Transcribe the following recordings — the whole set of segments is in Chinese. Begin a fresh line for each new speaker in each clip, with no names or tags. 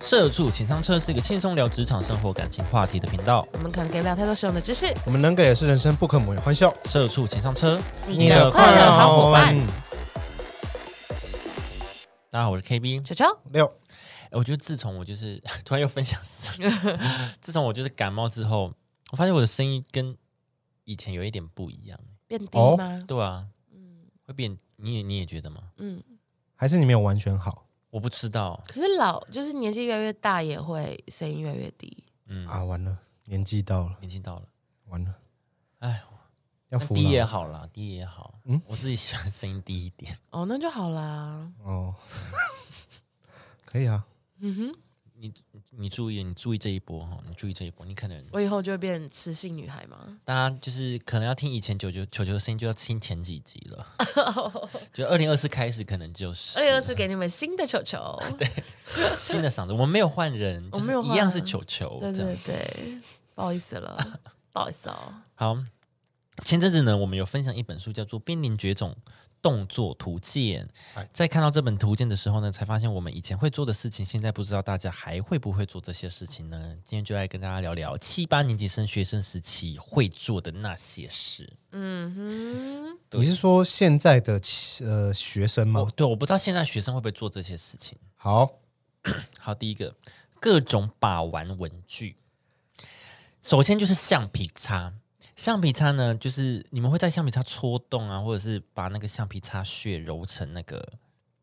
社畜情商车是一个轻松聊职场、生活、感情话题的频道。
我们可能给不了太多实用的知识，
我们能给的是人生不可磨的欢笑，
社畜情商车，
你的快乐好伙伴。
大家好，我是 KB。
球球，
六，
哎我觉得自从我就是 突然又分享死了，自从我就是感冒之后，我发现我的声音跟以前有一点不一样。
变低
哦
吗？
对啊，
嗯
会变，你也你也觉得吗？
嗯，
还是你没有完全好
我不知道，
可是老就是年纪越来越大，也会声音越来越低。
嗯，
啊？完了，年纪到了，
年纪到了，
完了，
哎，
要
但
服
低也
了
好啦，低也好，嗯
嗯，
我自己喜欢声音低一点。
哦，那就好啦。
哦。 可以啊，
嗯哼，
你注意，你注意这一波哈，你注意这一波，你可能
我以后就会变雌性女孩吗？
大家就是可能要听以前九九九九的声音，就要听前几集了。 就二零二四开始，可能就是啊
二零二四给你们新的 球球，对
新的嗓子，我们没有换人，就
我
是
们没有换
一样是球球
对
这样
对。对，不好意 思了，不好意思哦。
好，前阵子呢，我们有分享一本书，叫做《濒临绝种动作图鉴》。在看到这本图鉴的时候呢，才发现我们以前会做的事情，现在不知道大家还会不会做这些事情呢？今天就来跟大家聊聊七八年级生学生时期会做的那些事。
嗯
对
你是说现在的呃学生
哦
吗？，
对，我不知道现在学生会不会做这些事情。
好，
好，第一个，各种把玩文具。首先就是橡皮擦，橡皮擦呢，就是你们会在橡皮擦戳洞啊，或者是把那个橡皮擦屑揉成那个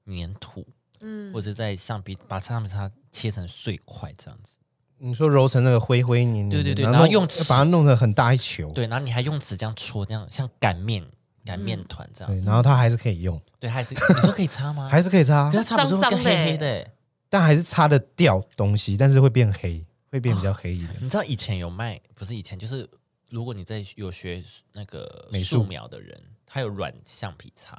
粘土，
哼，
或
嗯，
者在橡皮把橡皮擦切成碎块这样子。
你说揉成那个灰灰泥泥的，
对对对
然
然后
弄
用尺
把它弄成很大一球，
对，然后你还用纸这样戳，这样像擀面擀
嗯
面团这样
对，
子。
然后它还是可以用，
对，还是你说可以擦吗？
还是可以擦
可，是它擦不是会
脏
更
脏的
黑
欸
黑的、欸？
但还是擦得掉东西，但是会变黑，会变比较黑一点。
你知道以前有卖，不是以前就是，如果你在有学那个
美术
素描的人，他有软橡皮擦，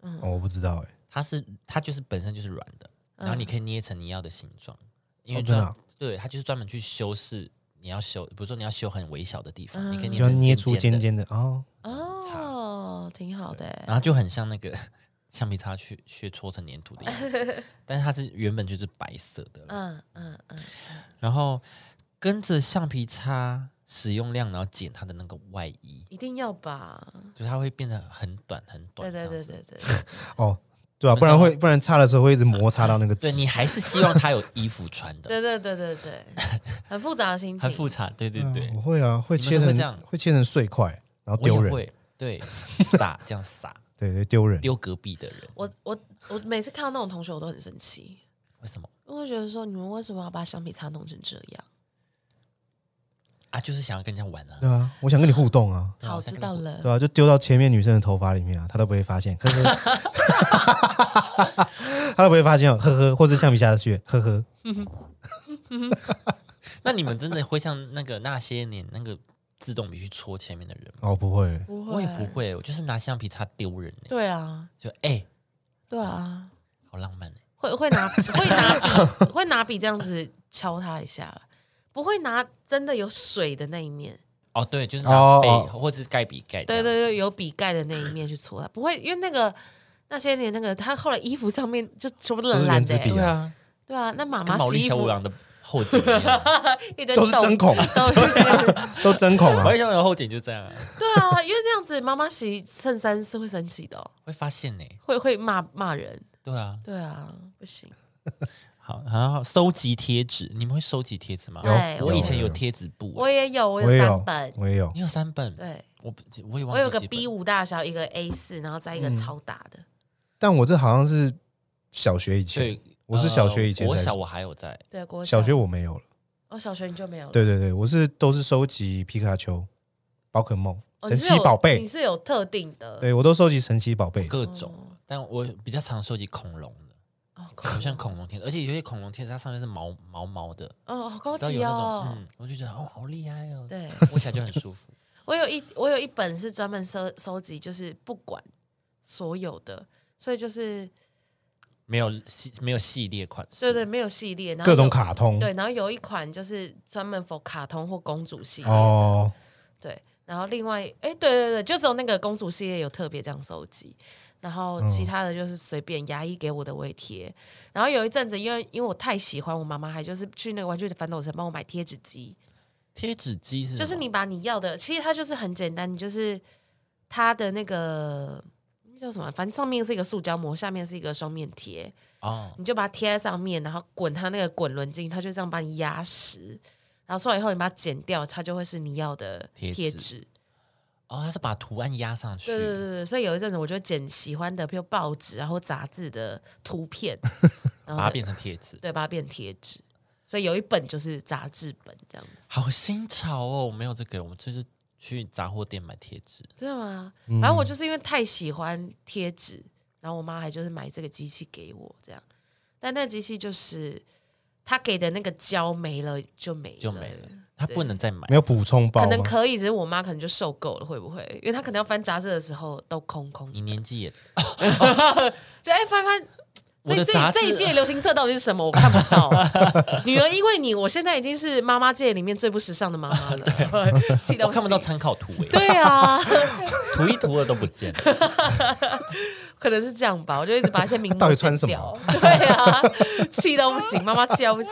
哦我不知道哎、
它是它就是本身就是软的，然后你可以捏成你要的形状，因为
哦真
专、
的啊
对它就是专门去修饰你要修，比如说你要修很微小的地方，你可以捏
你就要
成
捏出
尖
尖
的，
尖的哦，
哦，挺好的欸。
然后就很像那个 橡皮擦去去搓成粘土的样子，但是它是原本就是白色的，
嗯嗯嗯，
然后跟着橡皮擦使用量，然后剪它的那个外衣，
一定要吧？
就是它会变得很短很
对
短这
对
样子，
对对对，
哦，对啊，不然会不然擦的时候会一直摩擦到那个纸。啊
对你还是希望它有衣服穿的，
对对对对 对，很复杂的心情，
很复杂，对对
嗯
对，
我会啊，会
你们
切
都会
成
这样
会切成碎块，然后
我也
丢人，
会对撒这样撒
对对 丢人。
丢隔壁的人，
我我我每次看到那种同学，我都很生气，
为什么
因为我觉得说你们为什么要把橡皮擦弄成这样？
啊？就是想要跟人家玩啊
对。啊，我想跟你互动啊，
对啊
好，
我想
知
跟
道
你
了。
对啊，就丢到前面女生的头发里面啊，她都不会发现，呵呵， 她都不会发现哦，呵呵，或是橡皮擦的屑，呵呵，
那你们真的会像那个那些年那个自动笔去戳前面的人吗？
哦不会，
不会，
我也不。会，我就是拿橡皮擦丢人欸
对啊，
就哎、
对啊，
好浪漫哎、
会会拿会拿笔会拿笔这样子敲他一下啦，不会拿真的有水的那一面。
哦，对，就是拿
哦
背、
哦
或者是盖笔盖这
对
样子。
对对，有笔盖的那一面去搓它，不会，因为那个那些年那个他后来衣服上面就全部都
都
蓝
是
蓝
原
的
子
欸、
笔
对啊，
对啊，那妈
跟
妈
毛
洗
利
衣
小五
服
郎的后姐一 样，
一堆
都是
痘
针孔，
都是
都针孔啊
毛，利小五郎的后姐就这样、啊，
对啊，因为那样子妈妈洗衬衫是会生气的哦、
会发现呢、
会会骂骂人。
对啊，
对啊，不行，
好，然后收集贴纸，你们会收集贴纸吗？
有哎
我
有
以前
有
有
有
贴纸簿欸、
我也有，我
我
有
也
三
有，
本。
我也有，
你有三本，
对，
我不记我也忘
我
记
有个
几本
B 五大小，一个 A 四，然后再一
嗯
个超大的。
但我这好像是小学以前
对，，
我是小学以前
呃我
才
小我还有在，
对，国
小学我没有了。
哦，小学你就没有了。
对对对，我是都是收集皮卡丘、宝可梦、
哦，
神
你是
奇
有
宝
你
贝，
是有特定的。
对我都收集神奇宝贝。
各种，但我比较常收集恐龙 的，
哦，
我
好
像恐龙贴纸，而且有些恐龙贴纸它上面是毛毛毛的，
哦，好高
你知道
级
有那
哦
种，。嗯，我就觉得哦，好厉害哦，
对，
摸起来就很舒服。
我有一我有一本是专门收收集，就是不管所有的，所以就是
没有系没有系列款式，
对对，没有系列，然后
各种
有
卡通。
对，然后有一款就是专门 for 卡通或公主系列的，
哦，
对，然后另外哎，对对对，就只有那个公主系列有特别这样收集，然后
嗯
其他的就是随便牙医给我的我也贴。然后有一阵子，因为因为我太喜欢我妈妈，还就是去那个玩具反斗城帮我买贴纸机，
贴纸机是什么
就是你把你要的，其实它就是很简单，你就是它的那个那叫什么，反正上面是一个塑胶膜，下面是一个双面贴，
哦，
你就把它贴在上面，然后滚它那个滚轮进去，它就这样把你压实。然后做完以后，你把它剪掉，它就会是你要的
贴
贴
纸
纸。
哦，它是把图案压上去，
对对对对，所以有一阵子我就剪喜欢的，比如报纸然后杂志的图片，然
把它
后
变成贴纸，
对，把它变贴纸。所以有一本就是杂志本这样子，
好新潮哦！我没有这个，我们就是去杂货店买贴纸。
真的吗？反正我就是因为太喜欢贴纸，然后我妈还就是买这个机器给我这样，但那机器就是她给的那个胶没了就没
就没了，它不能再买
没。有补充包啊
可
吗
能？ 可以，只是我妈可能就受够了，会不会？因为她可能要翻杂志的时候都空空，
你年纪也，
就哎、翻翻。
我
所
的
以这
杂志啊
这一季的流行色到底是什么？我看不到。 女儿因为你，我现在已经是妈妈界里面最不时尚的妈妈了，气到
我
不行
看不到参考 图诶，
对啊，
图一图二都不见了。
可能是这样吧。我就一直把一些名字
到底穿什么？
对啊，气到不行，妈妈气到不行，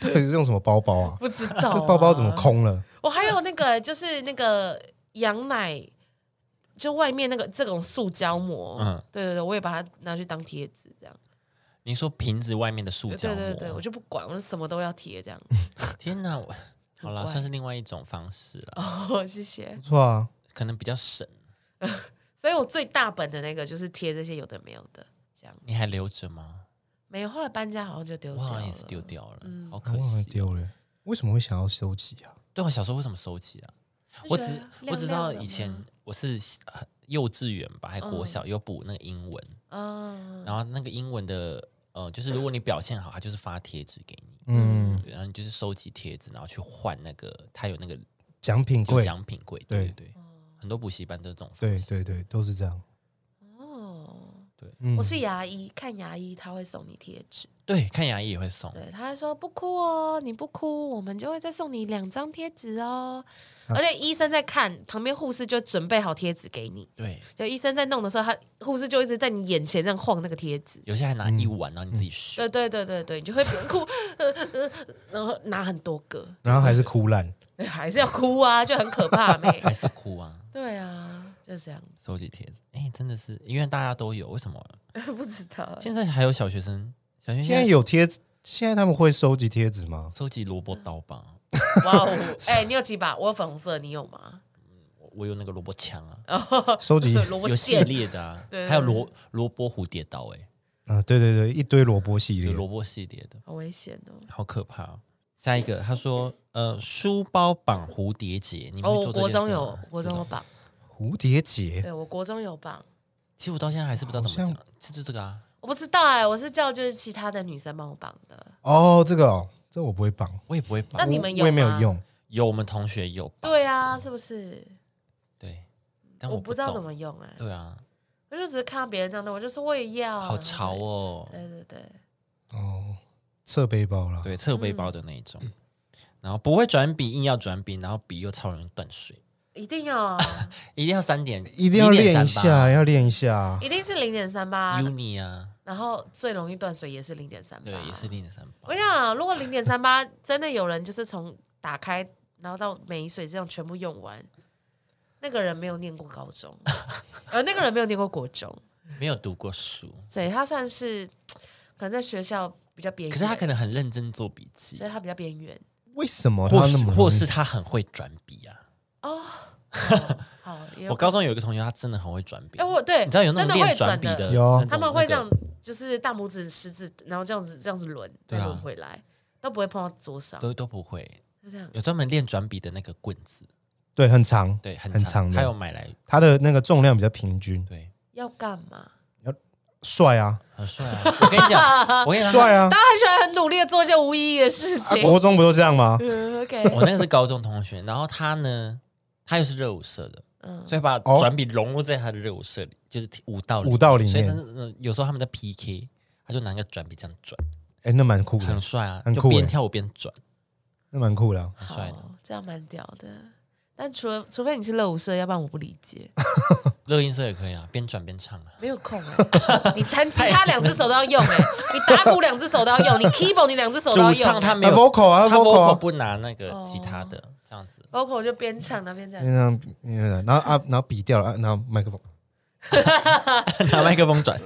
到底是用什么包包啊？
不知道、
这包包怎么？空了？
我还有那个就是那个羊奶，就外面那个这种塑胶膜，
嗯
对对对，我也把它拿去当贴纸，这样。
你说瓶子外面的塑胶
对
膜，
对对，我就不管，我什么都要贴这样。
天哪！ 我好啦，
怪
算是另外一种方式了，
哦， 谢谢
不。错啊，
可能比较省。
所以我最大本的那个就是贴这些有的没有的，这样
你还留着吗？没
没有。后来搬家好像就丢
我
掉
好像
了嗯
也是。丢掉了，好
我
可
啊忘了
惜。
丢了。为什么会想要收集啊？
对我小时候为什么收集啊？
就
我
觉
只
得
我只知
亮
道
亮的嗯
以
嘛
前我是呃幼稚园吧，还国小有补那个英文，
嗯，
然后那个英文的呃，就是如果你表现好，他就是发贴纸给你，
嗯，
对然后你就是收集贴纸，然后去换那个他有那个
奖品
有
柜，
奖品柜，对
对
对对，很多补习班都是这种方
对
式。
对对，都是这样。
哦，
嗯
我是牙医，看牙医他会送你贴纸，
对，看牙医也会送，
对，他还说不哭哦，你不哭，我们就会再送你两张贴纸哦。
啊
而且医生在看，旁边护士就准备好贴纸给你。
对，
就医生在弄的时候，他护士就一直在你眼前这样晃那个贴纸。
有些还拿
嗯
一碗，然后你自己选。
对对对对对，你就会边哭， 呃呃然后拿很多个，
然后还是哭烂，
还是要哭啊，就很可怕妹。
还是哭啊，
对啊，就这样，
收集贴纸，哎，真的是，因为大家都有，为什么
不知道。
现在还有小学生？小学生
现在有贴纸，现在他们会收集贴纸 吗？
收集萝卜刀吧？
哇哦，哎，你有几把？我有粉红色，你有吗？
我我有那个萝卜枪啊，
收集，
萝卜
有系
哦剑，
列的啊
对，
还有萝萝卜蝴蝶刀，哎，
啊，对对对，一堆萝卜系
有
列，
萝卜系列的，
好危险哦。
好可怕哦、下一个，他说，呃，书包绑蝴蝶结，你们
哦，
会
我
做这
国
件事吗
中有，国
这
中有
种
绑，
蝴蝶结，
对我国中有绑，
其实我到现在还是不知道怎么
好
讲
像，
这就这个啊，
我不知道哎，我是叫就是其他的女生帮我绑的。
哦，这个哦，这我不会绑，
我也不会绑。
那你们有吗
我也没有用，
有我们同学有绑，
对啊，是不是？
对，但
我
不
不知道
懂
怎么。用哎，
对啊，
我就只是看到别人这样弄，我就说我也要啊。
好潮哦，
对对对，
哦，侧背包啦，
对，侧背包的那一种，然后不会转笔，硬要转笔，然后笔又超容易断水，
一定要啊，
一定要三点，
一定要练
1.38
一下，要练一下，
一定是零点三 八，
uni 啊，
然后最容易断水也是零点三八，
对，也是零点三八
啊我。跟你讲，如果零点三八真的有人就是从打开，然后到没水这样全部用完，那个人没有念过高 中，呃，那个人没有念过国中，
没有读过书，
所以他算是可能在学校比较边
可
缘，
是他可能很认真做笔记
所以，他比较边缘。
为什么哦他
或
那
是
么容易
或是他很会转笔啊。
好，
我高中有一个同学，他真的很会转笔
哎、，我对，
你知道有那
真的
种
会
练转
转
笔的，
有
那种
他们会
那
这
个
样，就是大拇指、食指，然后这样子这样子轮，
对
再
啊
轮回来，都不会碰到桌上，
都都不会，
就这样。
有专门练转笔的那个棍子，
对很长，
对，很
很长的
他有买来，
他的那个重量比较平均，
对，
要干嘛？
帅啊，
很帅啊！我跟你讲，我跟你讲，
帅啊
大，家很喜欢很努力的做一些无意义的事
啊
情。
国中不都这样吗？
嗯，OK，
我那个是高中同学，然后他呢，他又是热舞社的，
嗯
所以把
哦
转笔融入在他的热舞社里，就是舞蹈
舞蹈里面
所以他呃有时候他们在 PK，他就拿个转笔这样转，
哎，那蛮酷
很
的，
帅啊，
很
就
酷
边
欸
跳舞边转，
那蛮酷的啊，
很帅的。
好这样蛮屌的。但除了除非你是乐舞社，要不然我不理 解，
乐音社也可以啊，边转边唱啊。
没有空哎。你弹吉他两只手都要用哎，你打鼓两只手都要用，你 keyboard 你两只手都要
主
用
唱
欸。
他没有哦
啊，vocal 啊
他
vocal 啊
vocal 不拿那个吉他的，这样 子
vocal 就边唱那边这样，
那样然后啊，然后笔掉了，啊然后麦克风，
拿麦克风转，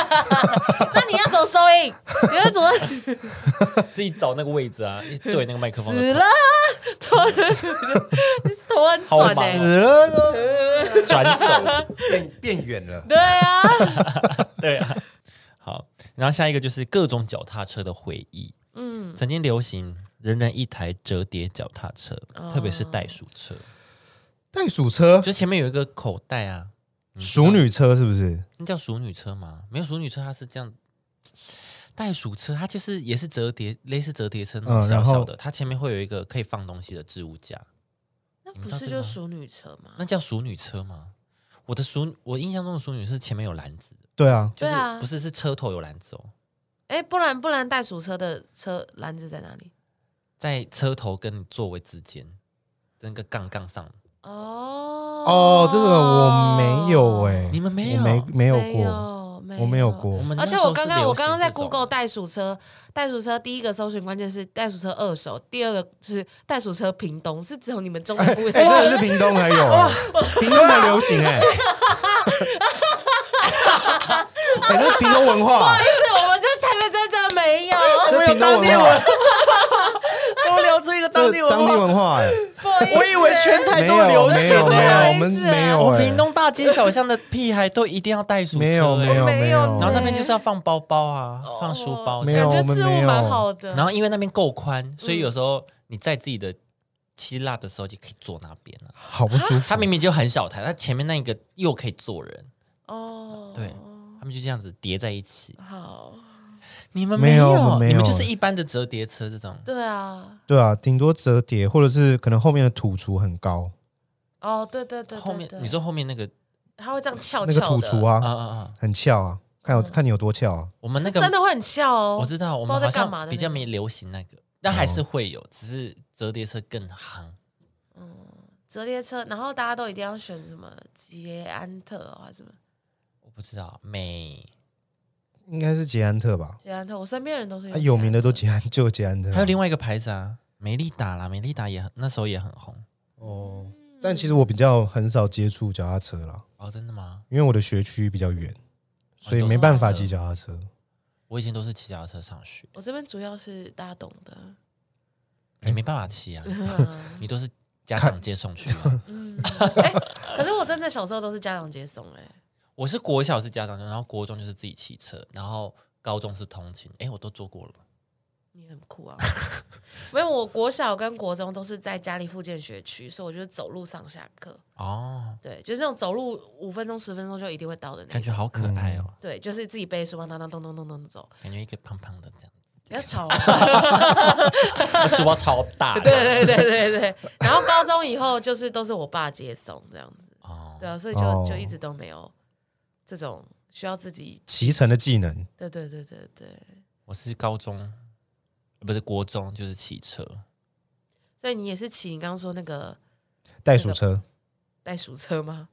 那你要怎么收音？你要 怎么
自己找那个位置啊，一对那个麦克 风
死
的
了？头你头很
好
转
忙
哎、
死了 都
头转走，
变变远了。
对啊，
对啊。好，然后下一个就是各种脚踏车的回忆。嗯，曾经流行人人一台折叠脚踏车，特别是袋鼠车，
袋鼠车、
就前面有一个口袋啊，
熟女车是不是？
那叫熟女车吗？没有熟女车，它是这样。袋鼠车它就是也是折叠，类似折叠车那种
嗯
小
然后
小的，它前面会有一个可以放东西的置物架，
那
你们
不
知道
是
这个
就
吗
熟女车吗？
那叫熟女车吗？我的熟，我印象中的熟女是前面有篮子的，
对啊，
就是、
对啊
不是是车头有篮子哦，
哎，不然不然袋鼠车的车篮子在哪里？
在车头跟座位之间那个杠杠上，
哦
哦，这个我没有哎，
你们没有
我没没
没
有过，
没
我没有。过
我。们那
而且
时候
我刚
是
刚
流
我刚刚
行
在
这种
Google 袋鼠车，袋鼠车第一个搜寻关键是袋鼠车二手，第二个是袋鼠车屏东，是只有你们中南部 有。
哎，真的是屏东还有啊，屏东才流
啊
行哎，哎，这是屏东文化，啊
是我们这台北真的没有，
啊
这是屏东文化，
怎么聊出一个
这当地文化哎，
不好意思
我以为全台
啊 没
都
有
流行
没有没有，
欸
我们没有
我
哎
屏，东大街小巷的屁孩都一定要袋鼠车、
没有
欸
没有没有，哎
然后那边
哎
就是要放包包啊，
哦
放书包这
没
样，
有
感
我
觉
们
置
没
物
有
蛮好的。
然后因为那边够宽，所
嗯
以有时候你在自己的希腊的时候就可以坐那边了、
好不舒服
它。明明就很小台，它前面那一个又可以坐人，
哦，
对他们就这样子叠在一起。
好，
你们
没有
有，
我们没有
你们就是一般的折叠车这种。
对啊，
对啊，顶多折叠，或者是可能后面的土厨很高，
哦，对对对，对
后面
对
你说后面那个
它会这样翘翘
那个土厨
的，
啊
啊，
啊啊，
很翘啊，看有看你有多翘啊。
我们那
真
个
的会很翘哦。
我知道，我
不知道
们
在
好
干嘛
像
的
比较
那
没流行那个，但还
哦
是会有，只是折叠车更夯。
折叠车，然后大家都一定要选什么捷安特哦还是什么
我不知道美，
应该是捷安特吧？
捷安特，我身边人都是
啊，有名的都
捷
捷安，就有捷安特。
还有另外一个牌子啊，美利达啦，美利达也很那时候也很红。
哦，但其实我比较很少接触脚踏车啦，
哦，真的吗？
因为我的学区比较远，所以
哦都是
没办
脚
法
踏车
骑脚踏车。
我以前都是骑脚踏车上学，
安特。我这边主要是大家懂的，
你没办法骑 啊，
对啊
你都是家长接送 去啊。
嗯，哎，可是我真的小时候都是家长接送，哎，
我是国小是家长接送，然后国中就是自己骑车，然后高中是通勤。哎，我都做过了。
你很酷啊！没有，我国小跟国中都是在家里附近的学区，所以我就走路上下课，
哦，
对，就是那种走路五分钟、十分钟就一定会到的那
感
种。
觉好可爱哦，
对，就是自己背书包，当当咚咚咚咚咚走，
感觉一个胖胖的这样，
不要吵啊。
那书包超大 的。
对对对对对。然后高中以后就是都是我爸接送这样子，
哦，
对啊，所以就、
哦
就一直都没有这种需要自己，
骑乘的技能，
对对对对对。
我是高中，呃不是国中就是骑车，
所以你也是骑你刚刚说那个
袋鼠车，
袋鼠车吗？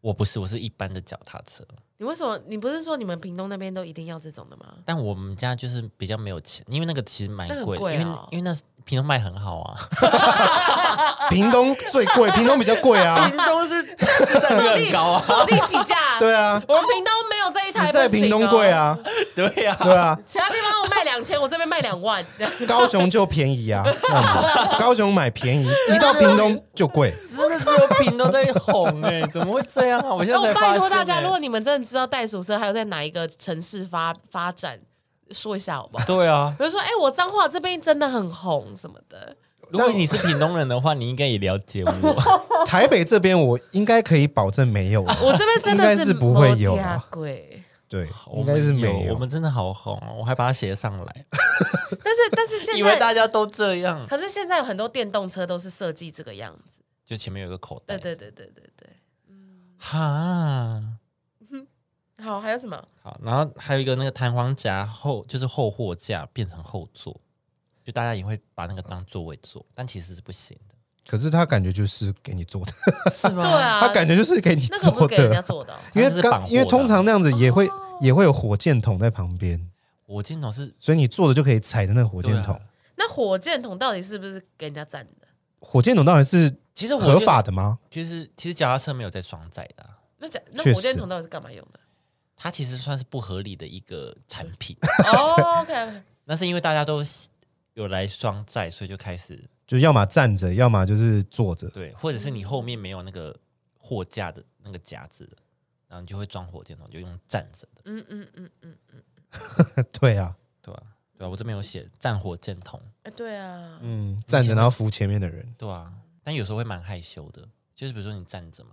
我不是，我是一般的脚踏车。
你为什么？你不是说你们屏东那边都一定要这种的吗？
但我们家就是比较没有钱，因为那个其实蛮
那很
贵的，啊
贵
因为
哦
因为那是平东卖很好啊，
屏东最贵，屏东比较贵 啊。
东是 市占
坐地坐地起价。
对啊，
我们屏东没有这一台，哦
只在屏东贵！啊，
对呀、
对啊，
其他地方我卖两千，我这边卖两 万。
高雄就便宜啊，那我们高雄买便宜，一到屏东就贵。
真的只有平东在红哎、怎么会这样啊？我现
那
在
哎我
才发现、
拜托大
欸
家，如果你们真的知道袋鼠车还有在哪一个城市发发展，说一下好不好？
对啊，
比如说，哎、我彰化这边真的很红什么的，
如果你是屏东人的话，你应该也了解我。
台北这边我应该可以保证没有啊，
啊我这边真的
应该是不会有啊
贵，
对，
我
应
们
该是没
有，我们真的好红哦，我还把它写上来，
但是但是
以
现
为
在，
大家都这样。
可是现在有很多电动车都是设计这个样子。
就前面有个口袋，
对对对对对对。
哈。
好，还有什么？
好，然后还有一个那个弹簧夹后，就是后货架变成后座，就大家也会把那个当座位坐，但其实是不行的。
可是他感觉就是给你做的，
是吗？
对啊，
他感觉就是给你
那个不
做
是给人家
的，
做哦的哦、
因
他
为
是绑
刚
货的啊
因为通常那样子也会也会有火箭筒在旁边，
火箭筒是
所以你做的就可以踩着那个火箭
对。
筒
啊
那火箭筒到底是不是给人家赞的？
火箭筒当然是
其实火
合
箭
法，的吗？
就是其实脚踏车没有在双载的啊、
那讲那
确
火箭
实
筒到底是干嘛用 的？
它其实算是不合理的一个产品。
哦，OK，
那是因为大家都有来双载，所以就开始
就要么站着，要么就是坐着。
对，或者是
嗯
你后面没有那个货架的那个夹子了，然后你就会装火箭筒，就用站着的，
嗯嗯嗯嗯，
对啊，
对吧、对吧、我这边有写站火箭筒，
哎对啊，
嗯，站着然后扶前面的人，
对啊，但有时候会蛮害羞的，就是比如说你站着嘛，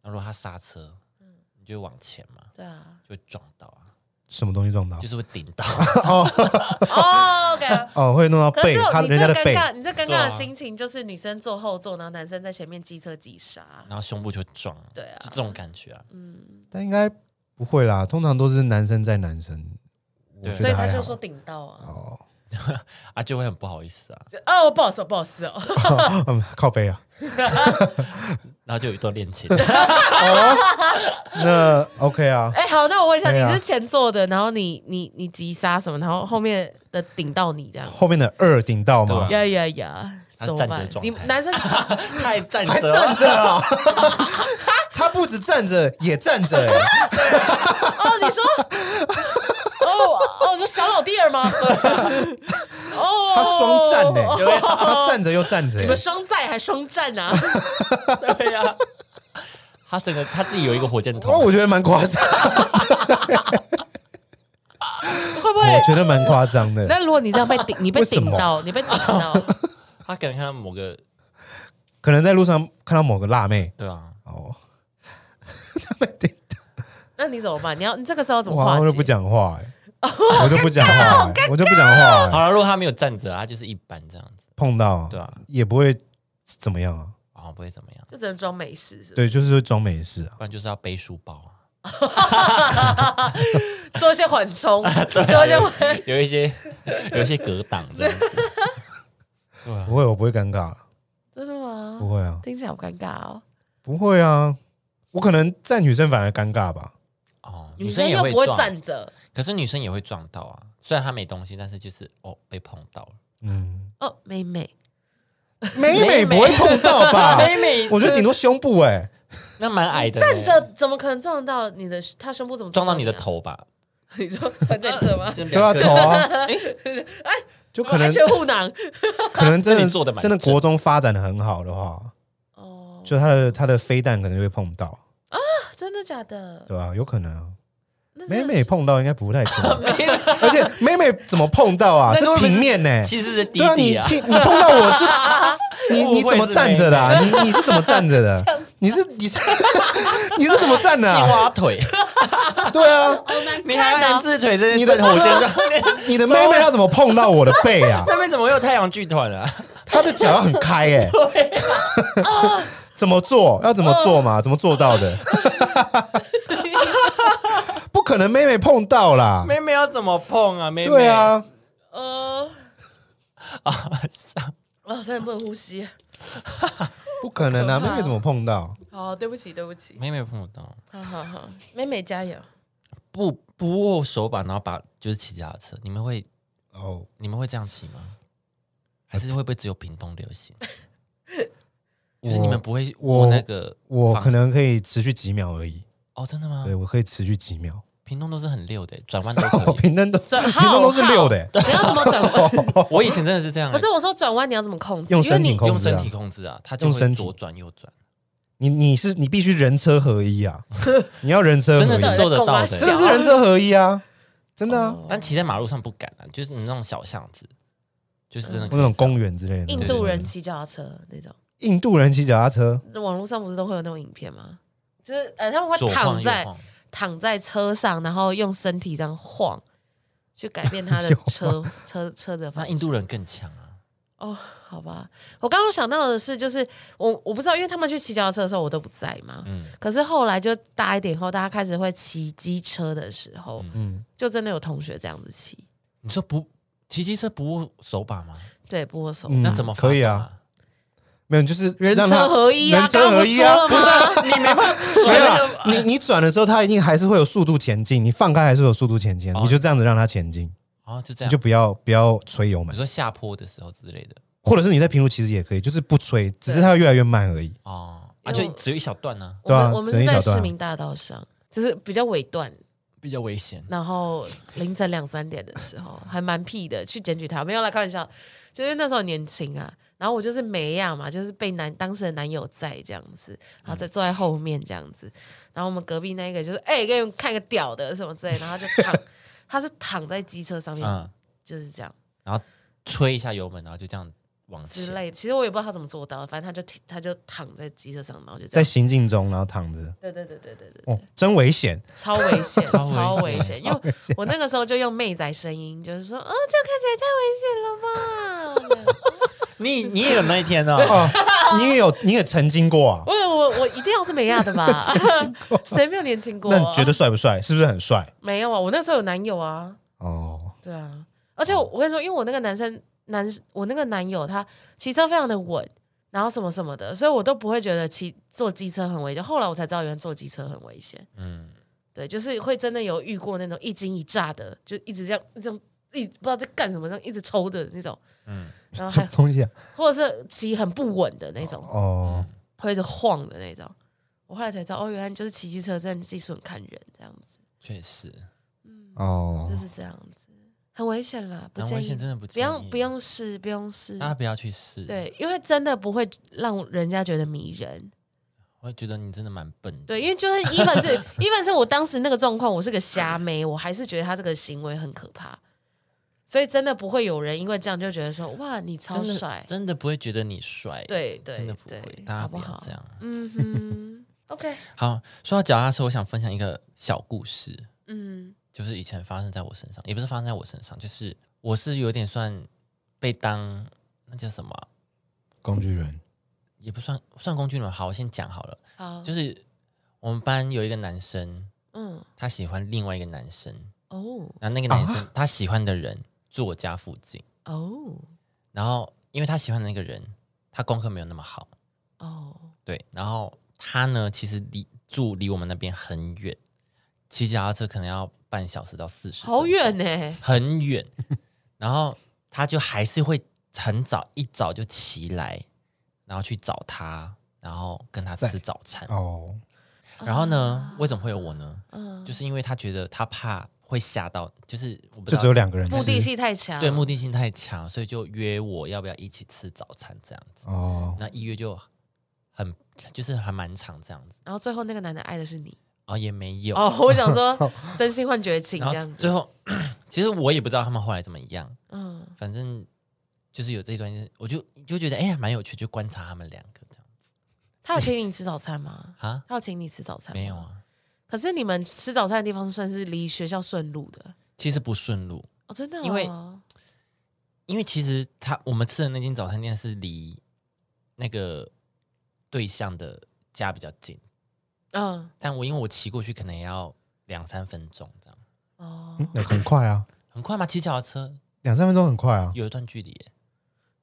然后如果他刹车，
嗯
你就会往前嘛，
对啊，
就会撞到啊，
什么东西撞到
就？是会顶到。
哦，OK。
哦，会弄到
可是
背，
这
他
种你
人
这
家
个
的
尴
背，
尬，你这
对
尴尬
啊
的心情就是女生坐后座，然后男生在前面机车急刹。
然后胸部就会撞，
对啊
就这种感觉啊。
但应该不会啦。通常都是男生在男生， 我
对
觉
所以
得
他
还
就
好。
说顶到啊，
哦，
啊，就会很不好意思啊，
就哦，不好意思哦，不好意思哦，
嗯，靠背啊。
然后就有一段恋 情，
那 OK 啊，
哎、好，那我问一下，
对啊
你是前座的，然后你你你急刹什么，然后后面的顶到你这样，
后面的二顶到嘛，
对
呀呀呀，
他
怎
是站着
么办
的？状
你
态
男生
太站
还
着了
站着啊。 他不止站着，也站着、欸，
哦，你说哦哦，你说小老弟儿吗？哦，
他双站呢、欸，他站着又站着、
你们
欸，
双载还双站啊？
对呀、他整个他自己有一个火箭
哦，
筒，
我觉得蛮夸张，
会不会
我？觉得蛮夸张的，
那如果你这样被 顶，你被
哦为什
顶
么
到，你被顶 到，
他可能看到某个
可能在路上看到某个辣妹，
对啊，
哦，他们顶
那你怎么办？你要你这个时候怎么
哇，
化
我
解？
就不讲话、欸，我就不讲话、欸，我就不讲话、欸，
好了，如果他没有站着，他就是一般这样子，
碰到
对啊，
也不会怎么样啊，
啊、不会怎么样，
就只能装没事，是吧
对，就是装没事啊，
不然就是要背书包啊，
做一些缓 冲，做一些缓。
有一些有一些隔挡这样子，对啊
不，会，我不会尴尬，
真的吗？
不会啊，
听起来好尴尬哦。
不会啊，我可能站女生反而尴尬吧，
哦，
女
女
生
生也
又
会
不会
撞，
站着，
可是女生也会撞到啊，虽然她没东西，但是就是哦被碰到了，
嗯，
哦，妹妹，
美美不会碰到吧？
美
我觉得顶多胸部哎、
那蛮矮的呢，
站着怎么可能撞到你的？她胸部怎么
撞到
你
你
啊
的？头吧， 呃
你说她在这 吗？
对哎
对啊，头啊，就可能
安全护囊。
可能真
那
的
你做得蛮
真的
正
国中发展的很好的话，
哦，
就他的他的飞弹可能就会碰到，
真的假的？
对吧、有可能啊。
那
美
真的
美
是
碰到应该不太 可能，而且美美怎么碰到啊？
那
是
个会不会是
平面 呢、
其实是弟
对啊，你
弟啊，
你你碰到 我是，你你怎么站着的、啊？你你是怎么站着的？你是你是你是怎么站的、
青
啊？
蛙 哎腿，
对啊，
好难
你还
看
玩
哦。
自腿这件事，
你的
我先让
你的妹妹要怎么碰到我的背啊？
那边怎么会有太阳剧团啊？
她的脚要很开哎、
啊
怎么做？要怎么做
嗯
嘛？怎么做 到的？不可能，妹妹碰到啦。
妹妹要怎么碰啊？妹妹，
对，啊，
呃， 啊，真的不能呼吸。
不可能
好
啊！
可
妹
怕
妹怎么碰到？
好，对不起，对不起。
妹妹碰不到，
好好好，妹妹加油。
不不握手把，然后把就是骑脚踏车，你们会
哦，
你们会这样骑
呃
吗？还是会不会只有屏东流行？
我
就是你们不会
我
握那个
我
防
可能可以持续几秒而已。
哦，真的吗
嗯
对，？我可以持续几秒。
屏东都是很溜的，欸转弯都
我
可以。
平灯都
转
平灯都是
哎好
六的，欸
你要怎么转 弯？
我以前真的是这样，欸
不是我说转弯，你要怎么控制？
用
因为
身体
你
控
用
制
身
啊
体。控制啊，它就
用身
会
体
左转右转，
你你是你必须人车合一 啊！你要人车合一，
真的是做得到的哦
真
真的是人车合一啊！真的
哦
啊，
但骑在马路上不敢啊，就是你那种小巷子，就是真的可以
那种公园之类的。
印度人骑脚踏车那种。
印度人骑脚踏车，
这网络上不是都会有那种影片吗？就是呃，他们
左
会
晃
躺
右
在
晃。
躺在车上，然后用身体这样晃，去改变 他的
有吗
车车车的方
那
向。
印度人更强啊，
哦，好吧，我刚刚想到的是，就是我我不知道，因为他们去骑脚踏车的时候我都不在嘛。
嗯，
可是后来就大一点后，大家开始会骑机车的时候，
嗯，
就真的有同学这样子骑，
你说不骑机车不握手把吗？
对，不握手。
嗯
那怎么罚
可以啊
款？
没有，就是
人
让
车
它
合一啊，
人
刚
车
刚
合
不
一
说
啊
了。吗？
你没办法转
没有
那
啊
个，
你你转的时候，它一定还是会有速度前进。你放开还是有速度前进，
哦
啊你就这样子让它前进，
哦，就这
你
样
就。不要不要吹油
你
门，
说下坡的时候之类的
或者是你在平路其实也可以，就是不吹，只是它会越来越慢而已。
哦，啊，
因为
就
我
只有一小段呢、
我
对啊
们我们
只
是
能一
在
小段啊
市民大道上，就是比较尾段，
比较危险。
然后凌晨两三点的时候，还蛮屁的，去检举他，没有啦，开玩笑，就是那时候年轻啊，然后我就是没样嘛，就是被男当时的男友在这样子，然后再坐在后面这样子，然后我们隔壁那一个就是哎、给你们看个屌的什么之类的，然后他就躺，他是躺在机车上面，
嗯，
就是这样
吹一下油门，然后就这样往
之
前。
类的。其实我也不知道他怎么做到的，反正他就他就躺在机车上，然后就这
在
样，
行进中，然后躺着，
对对对对对对。
哦，真危险！
超危险，
超
超
危
危
险
险！因为我那个时候就用妹仔声音，就是说，哦，这样看起来太危险了吧？
你你也有那一天哦，
哦，你也有，你也曾经过啊？
我我我一定要是美亚的吧？ 谁没有年轻过啊
那？你觉得帅不帅？是不是很帅？
没有啊？我那时候有男友啊，
哦，
对啊。而且我我跟你说，因为我那个男生男，我那个男友他骑车非常的稳，然后什么什么的，所以我都不会觉得骑坐机车很危险。后来我才知道，原来坐机车很危险。
嗯，
对，就是会真的有遇过那种一惊一乍的，就一直这样这样。一直不知道在干什么，这样一直抽的那种，
嗯
嗯，然后
什
还
么东西啊？
或者是骑很不稳的那种，
哦，
会一直晃的那种。我后来才知道，哦，原来就是骑机车真的技术很看人，这样子
确实，
哦
嗯就，是这样子，很危险啦，不
但
建
危
议
险，真的不
不
建
用
议
不，用试，不用试
大，家不要去试。，
对，因为真的不会让人家觉得迷人，
我会觉得你真的蛮笨的。
对，因为就是 even 是 even 是我当时那个状况，我是个瞎妹，我还是觉得他这个行为很可怕，所以真的不会有人因为这样就觉得说，哇，你超
真的
帅，
真的不会觉得你帅，，
对对
真的不
对
会，，大家
好不
不要
好
这？样。
嗯哼，OK，
好，说到脚踏车，我想分享一个小故事，
嗯
就是以前发生在我身上，也不是发生在我身上，就是我是有点算被当那叫什么啊，
工具人，
也不算算工具人。好，我先讲好了，
好，
就是我们班有一个男生，
嗯。
他喜欢另外一个男生，
哦
然后那个男生、他喜欢的人住我家附近，
哦
然后因为他喜欢的那个人，他功课没有那么好，
哦，
对，然后他呢，其实离住离我们那边很远，骑脚踏车可能要半小时到四十，
好远呢、欸
很远。然后他就还是会很早一早就起来，然后去找他，然后跟他吃
在
早餐。
哦，
然后呢，为什么会有我呢？
啊嗯，
就是因为他觉得他怕会吓到，就是我不知
就
道
只有两个人吃，
目的性太强，
对目的性太强，所以就约我要不要一起吃早餐这样子。
哦，
那一约就很就是还蛮长这样子。
然后最后那个男的爱的是你
哦，也没有。
哦，我想 说真心换绝情
然
这
后
样子，
最后，其实我也不知道他们后来怎么样，
嗯
反正就是有这一段，我就就觉得哎呀蛮有趣，就观察他们两个这样
他有请你吃早餐吗？
啊，
他有请你吃早餐？
没有。啊，
可是你们吃早餐的地方算是离学校顺路的
其实不顺路，
哦，真的、哦，
因为因为其实他我们吃的那间早餐店是离那个对象的家比较近，
嗯
但我因为我骑过去可能也要两三分钟这样，
哦，
嗯很快啊，
很快吗？骑脚踏车
两三分钟很快啊，
有一段距离耶。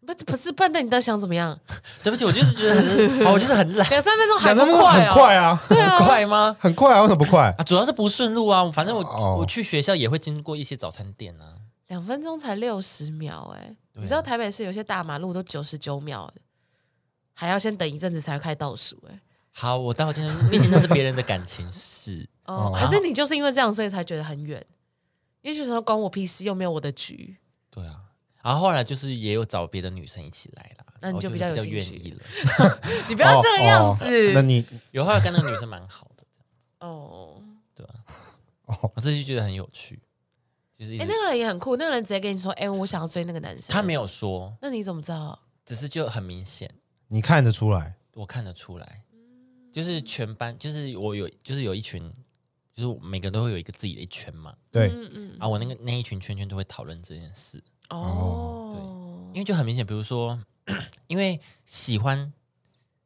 不不是，不然你到底想怎么样？
对不起，我就是觉得很， 哦我就是很懒，
两三分钟还不
两三分钟
快
很
哦，
快啊，
很快吗？
很快啊，为什么 不快？
啊，主要是不顺路啊，反正我、
哦
我去学校也会经过一些早餐店啊。
两分钟才六十秒、哎、
对啊
你知道台北市有些大马路都九十九秒的，还要先等一阵子才开倒数、哎。
好，我道歉，毕竟那是别人的感情事。
哦，
哦
还是你就是因为这样，所以才觉得很远？也许说关我屁事，又没有我的局。
对啊，然后后来就是也有找别的女生一起来啦，
那你
我就
就比较有
比较
兴
愿
趣
意了。
你不要啊这个样
哦哦那
子
你
有后来跟那个女生蛮好的，
哦。
我自己觉得很有趣，就是一
哎、
直、
那个人也很酷，那个人直接跟你说：“哎、我想要追那个男生。”
他没，有说，
那你怎么知道？
只是就很明显，
你看得出来，
我看得出来，就是全班，就是我有，就是有一群，就是我每个人都会有一个自己的一圈嘛，
对，
嗯嗯，
啊，我那个那一群圈圈都会讨论这件事，
哦，
因为就很明显，比如说， 因为喜欢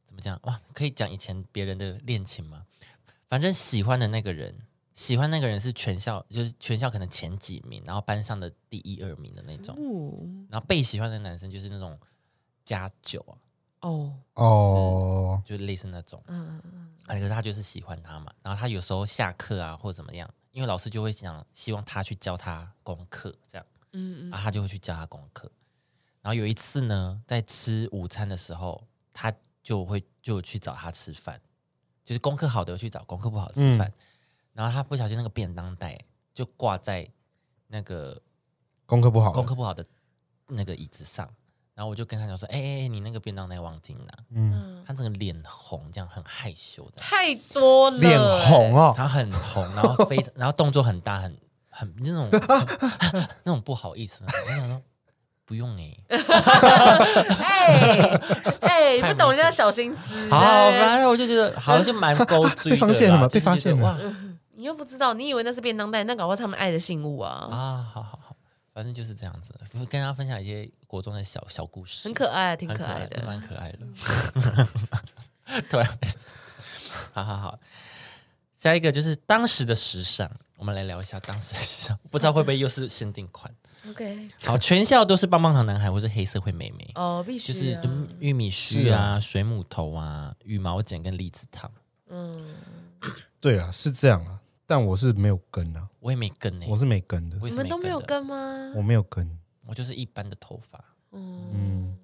怎么讲哇？可以讲以前别人的恋情吗？反正喜欢的那个人，喜欢那个人是全校，就是全校可能前几名，然后班上的第一二名的那种。
嗯
然后被喜欢的男生就是那种加九啊，
哦，
哦，
就类似那种。
嗯，
啊，可是他就是喜欢他嘛。然后他有时候下课啊，或者怎么样，因为老师就会想希望他去教他功课，这样，嗯嗯，啊，他就会去教他功课。然后有一次呢，在吃午餐的时候，他就会就去找他吃饭，就是功课好的去找功课不好的吃饭。然后他不小心那个便当袋就挂在那个
功课不好，
功课不好的那个椅子上，然后我就跟他讲说：“哎哎哎，你那个便当袋忘记拿。”嗯，他整个脸红，这样很害羞的，
太多了，
脸红哦，
他很红，然后 非常，然后动作很大，很很那种那种不好意思。我想说不用哎、
哎 哎，
太
不懂
明
人家
显
小心思，
好，
对不对
反正我就觉得好了，就蛮勾追的啦
被发现了吗
就是
被发
觉得
现了
你又不知道，你以为那是便当袋，那搞不好他们爱的信物
哇
啊，
啊，好好好，反正就是这样子，跟大家分享一些国中的小小故事，
很可爱，挺
很
可爱
真
的。嗯
蛮可爱的。 突然，好好好，下一个就是当时的时尚，我们来聊一下当时的时尚，不知道会不会又是限定款。
OK，
好，全校都是棒棒糖男孩或是黑社会妹妹，
哦，必
就
须
是
啊，
玉米须
是
啊、
啊
水母头啊、羽毛剪跟栗子烫。
嗯对啊，是这样啊，但我是没有跟啊，
我也没跟呢、欸
我
我
是没跟的，
也
你
是
们都没有
的，
跟吗
我？没有跟，
我就是一般的头发，
嗯，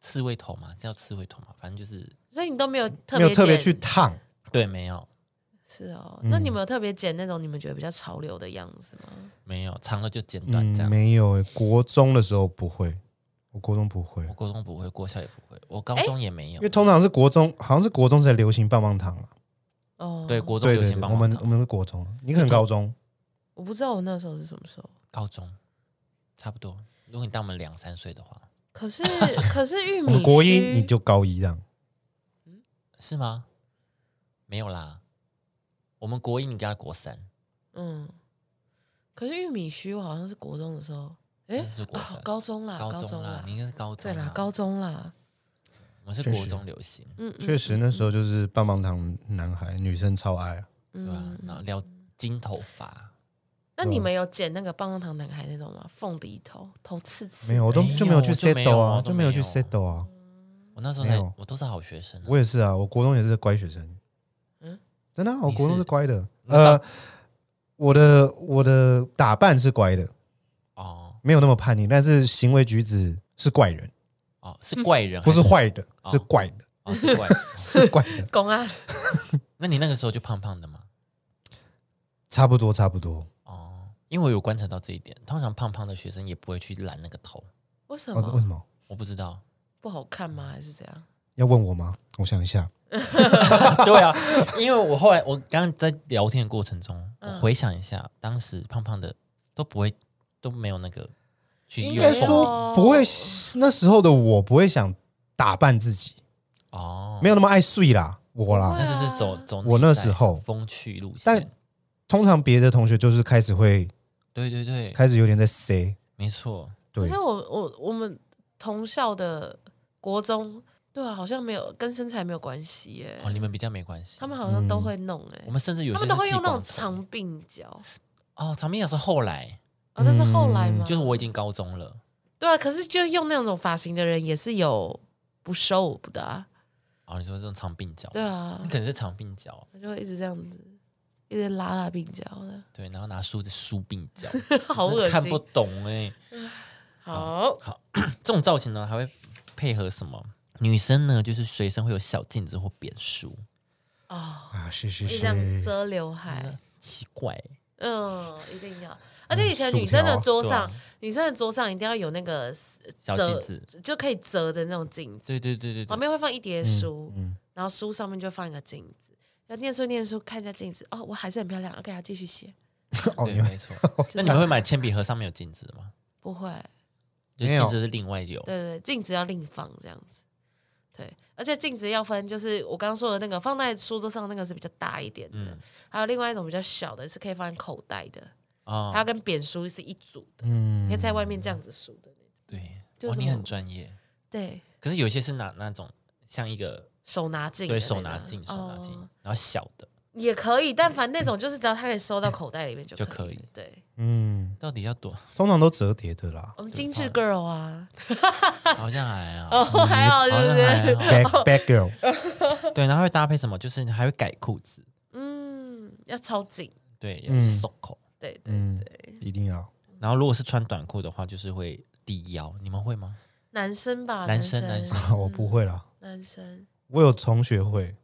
刺猬头嘛，叫刺猬头嘛，反正就是
所以你都没有特别
没有特别
剪
去嗯烫，
对，没有
是哦，那你们有特别剪那种你们觉得比较潮流的样子吗？
没有长了就剪短这
嗯，
样。
没有诶，国中的时候不会，我国中不会
我，国中不会，国小也不会，我高中也没有。
因为通常是国中，好像是国中才流行棒棒糖啊，
哦，
对，国中
对
流
对
行
对，
棒
我
棒
们我
糖，
们是国中，啊你可能高中，
我不知道我那时候是什么时候。
高中差不多。如果你到我们两三岁的话，
可 是可是玉
我
米
们国一
须
你就高一这样，
是吗？没有啦，我们国一你跟他国三，
嗯，可是玉米须我好像是国中的时候，哎
那是国三
哦，高中啦，
高
中
中啦，你应该是高
对
中
啦，高中啦，
我们是
确
国
实
中流行，
嗯，嗯
确实那时候就是棒棒糖男孩，女生超爱啊，
对吧、然后聊金头发，
嗯那
啊
你们有剪那个棒棒糖男孩那种吗？凤梨头，头刺刺的，
没有，我都
没有
就没有
哎
去
我就没
settle
有
啊，
我都
就
没
没
有
有去 settle 啊，
我那时候
没
才
有
我都是好学生啊、
我也是啊，我国中也是乖学生，
嗯
嗯，真的啊、我
你
国中
是
是乖的，
那
呃，我的我的打扮是乖的，
哦
没有那么叛逆，但是行为举止是怪人，
哦，是怪人还
不是坏的，
哦
是怪的，
哦是怪人。
是怪 的，
公啊，
那你那个时候就胖胖的吗？
差不多差不多。
哦，因为我有观察到这一点，通常胖胖的学生也不会去染那个头，
为什
哦为
么
什么
我不知道。
不好看吗？还是怎样？
要问我吗？我想一下，
对啊，因为我后来我刚刚在聊天的过程中，
嗯
我回想一下，当时胖胖的都不会都没有那个去
应
用
该
缝
说不会，那时候的我不会想打扮自己，
哦，
没有那么爱睡啦，我
不
啦
会。
但是是走走
我那时候
风趣路线，
但通常别的同学就是开始会
对对对，
开始有点在塞，
没错，
可
对
是，我我我们同校的国中，对啊，好像没有跟身材没有关系耶、
哦，你们比较没关系，
他们好像都会弄哎、
我们甚至有
他
些
们
是
都会用
剃
那
光
种
头
长鬓角。
哦，长鬓角是后来，
哦，那是后来吗？
嗯就是我已经高中了
对啊，可是就用那种发型的人也是有不收不的啊，
哦，你说这种长鬓角，
对，啊
你，可能是长鬓角，
他就会一直这样子，一直拉拉鬓角的，
对，然后拿梳子梳鬓角，
好
真的
恶
看不
心。
懂哎，
好，
这种造型呢，还会配合什么？女生呢，就是随身会有小镜子或扁梳，
哦，
啊，是是
一直
是
这，样遮刘海，
奇怪欸、
嗯，一定要。而且以前
薯
女生的
条
桌
对
上
啊，
女生的桌上一定要有那个
小
折
镜子。
就可以折的那种镜子，
对对对对
旁
对，
边会放一叠书，
嗯
然后书上面就放一个镜子。要念书念书，看一下镜子，哦，我还是很漂亮，OK，要继续写。
哦，
对，
你们
没 错。
就
那
是
你们会买铅笔盒上面有镜子吗？
不会，
就
没
镜
有
子是另外有
对对对，镜子要另放这样子。对，而且镜子要分，就是我刚刚说的那个放在书桌上那个是比较大一点的，
嗯
还有另外一种比较小的，是可以放在口袋的，
哦
还，要跟扁书是一组的，你可以
嗯，
在外面这样子数的。
对，
就
哇，
这
你
么
很专业。
对，
可是有些是拿那种像一个
手拿镜的那
对
个，
手拿镜，手拿镜
哦，
然后小的，
也可以，但凡那种就是只要它可以收到口袋里面就
就
可
可以
了对，
嗯，
到底要躲？
通常都折叠的啦
我们精致 girl 啊，
好像还好，嗯
哦，还好是
好像
不是？
还好。
，back back girl，
对，然后会搭配什么？就是你还会改裤子，
嗯，要超紧，
对，也
嗯
是松口。
对对。
嗯，一定要。
然后如果是穿短裤的话，就是会低腰，你们会吗？
男生吧，
男生
啊男
男
我不会啦，
男生，
我有同学会，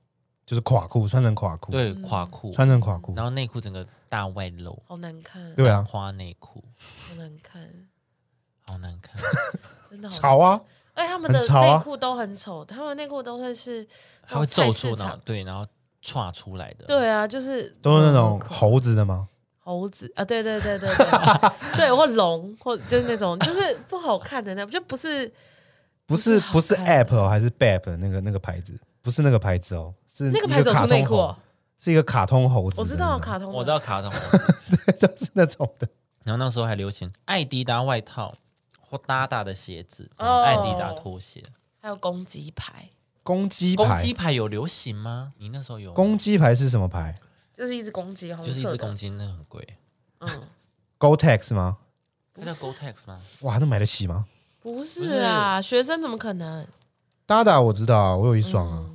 就是垮裤，穿成垮裤，
对，垮裤，
穿成垮裤
然，后内裤整个大外露，
好难看，
对啊，
花内裤，
好难看，
好难 看。
真的好。
潮啊，
哎，他们的
很潮啊
内裤都很丑，他们内裤都会是那
它
种
会
菜
皱
市
出，然后
场，
对，然后歘出来的。，
对啊，就是
都是那种
嗯
猴子的吗？
猴子啊，对对对对对， 对或龙或就是那种就是不好看的那，就不是
不是
不
不
是
是
好看的
app 哦，还是 bap 那个那个牌子，不是那个牌子哦，是
那个
一
牌子有出
卡
内
通
裤
猴
哦，，
是一个卡通猴子，
我知道，卡通的，
我知道卡 通。
就是那种的，
然后那时候还流行艾迪达外套或搭搭的鞋子，
哦
艾迪达拖鞋。
还有公鸡牌，
公鸡
公
牌，
鸡牌有流行吗？你那时候有吗？
公鸡牌是什么牌
就是一只公鸡，红
就是一
色
只
的
公，鸡，那个很贵。
嗯，
？Gotex 吗？
那叫 Gotex 吗？
哇，那买得起吗？
不是啊，学生怎么可能？
达达我知道啊，我有一双啊。
嗯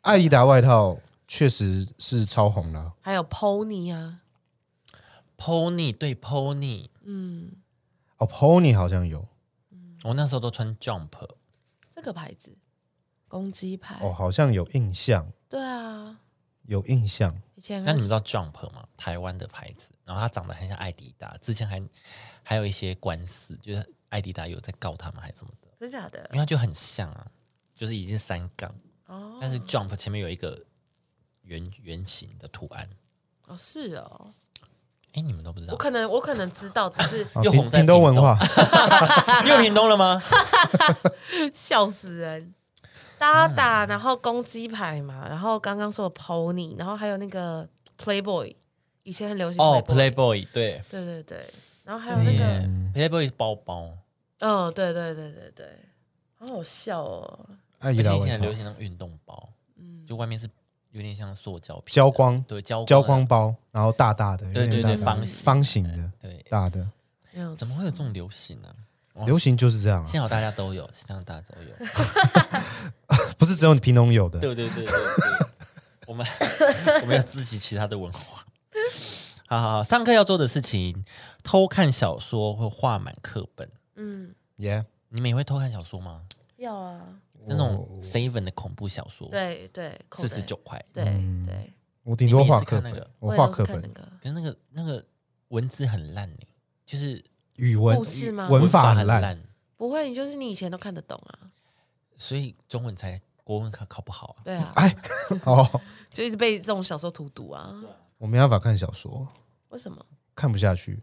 艾迪达外套确实是超红啊了，
还有 pony 啊，
Pony 对 Pony，
嗯，
哦，Pony 好像有，
我那时候都穿 Jump，
这个牌子，公鸡牌，
哦，好像有印象，
对啊，
有印象。
以前
那
还
你们知道 Jump 吗？台湾的牌子，然后它长得很像艾迪达，之前还还有一些官司，就是艾迪达有在告他们还是什么的，
真假的
因为它就很像啊，就是已经三杠，
哦
但是 Jump 前面有一个圆圆形的图案，
哦是哦，
哎，你们都不知
我
道，
可能我可能知道，只是
哦
又
屏
红在
屏东文化，
又屏东了 吗？
笑死 人。搭打，然后公鸡牌嘛，然后刚刚说的 pony，然后还有那个 Playboy，以前很流行
哦
Playboy，
，Playboy 对，
对对对，然后还有那个，
嗯
耶，Playboy 是包包，
嗯，对对对对对，好好笑哦，
艾
而
迪
且
达
以前
外
很
套
流，行那种运动包，
嗯
就外面是有点像塑胶皮的
胶，光
对，胶
胶光包，然后大大的，有
对对
点大
对
大的
方形
方形的
对，
大的，
那样子
怎么会有这种流行呢、哇
流行就是这样啊
幸，好大家都有，幸好大家都有。
不是只有屏东有的。
对对对对对， 我们我们要自习其他的文化。好好好，上课要做的事情，偷看小说或画满课本。
嗯，
耶，
你们也会偷看小说吗？
要啊，
那种 Seven 的恐怖小说，
对对，口
四
袋
十，九块，
对
嗯
对，
我顶多
你们也
画
是
课
看那
本
个，
我
也
画
都
课
是看
本
那，个
可是那个那个文字很烂呢，就是
语文
故事吗
文法
很
很烂，
烂，
不会，你就是你以前都看得懂啊，
所以中文才国文考考不好啊。
对啊，
哦，
就一直被这种小说荼毒啊，
我没办法看小说，
为什么？
看不下去。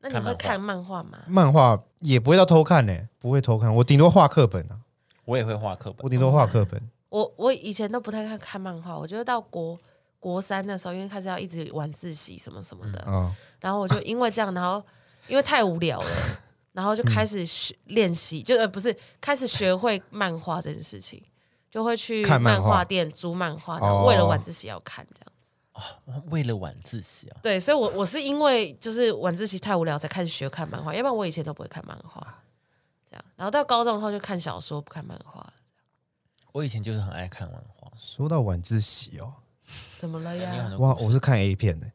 那你
看
会
漫画
看漫画吗？
漫画也不会到偷看呢、不会偷看，我顶多画课本啊，
我也会画课本
我，顶多画课本。
我我以前都不太看看漫画，我觉得到国国三的时候，因为开始要一直晚自习什么什么
嗯
的，
啊、
然后我就因为这样，然后因为太无聊了，然后就
嗯
开始学练习，就呃不是开始学会漫画这件事情，就会去
看漫
漫
画
画店租漫画，然后
哦
为了晚自习要看这样。
为了晚自习啊，
对，所以我，我是因为就是晚自习太无聊才开始学看漫画，要不然我以前都不会看漫
啊
画，这样。然后到高中后就看小说，不看漫画了。
我以前就是很爱看漫画，
说到晚自习哦，
怎么了
哎你有很
呀？
多
哇，
故事
我是看 A 片的、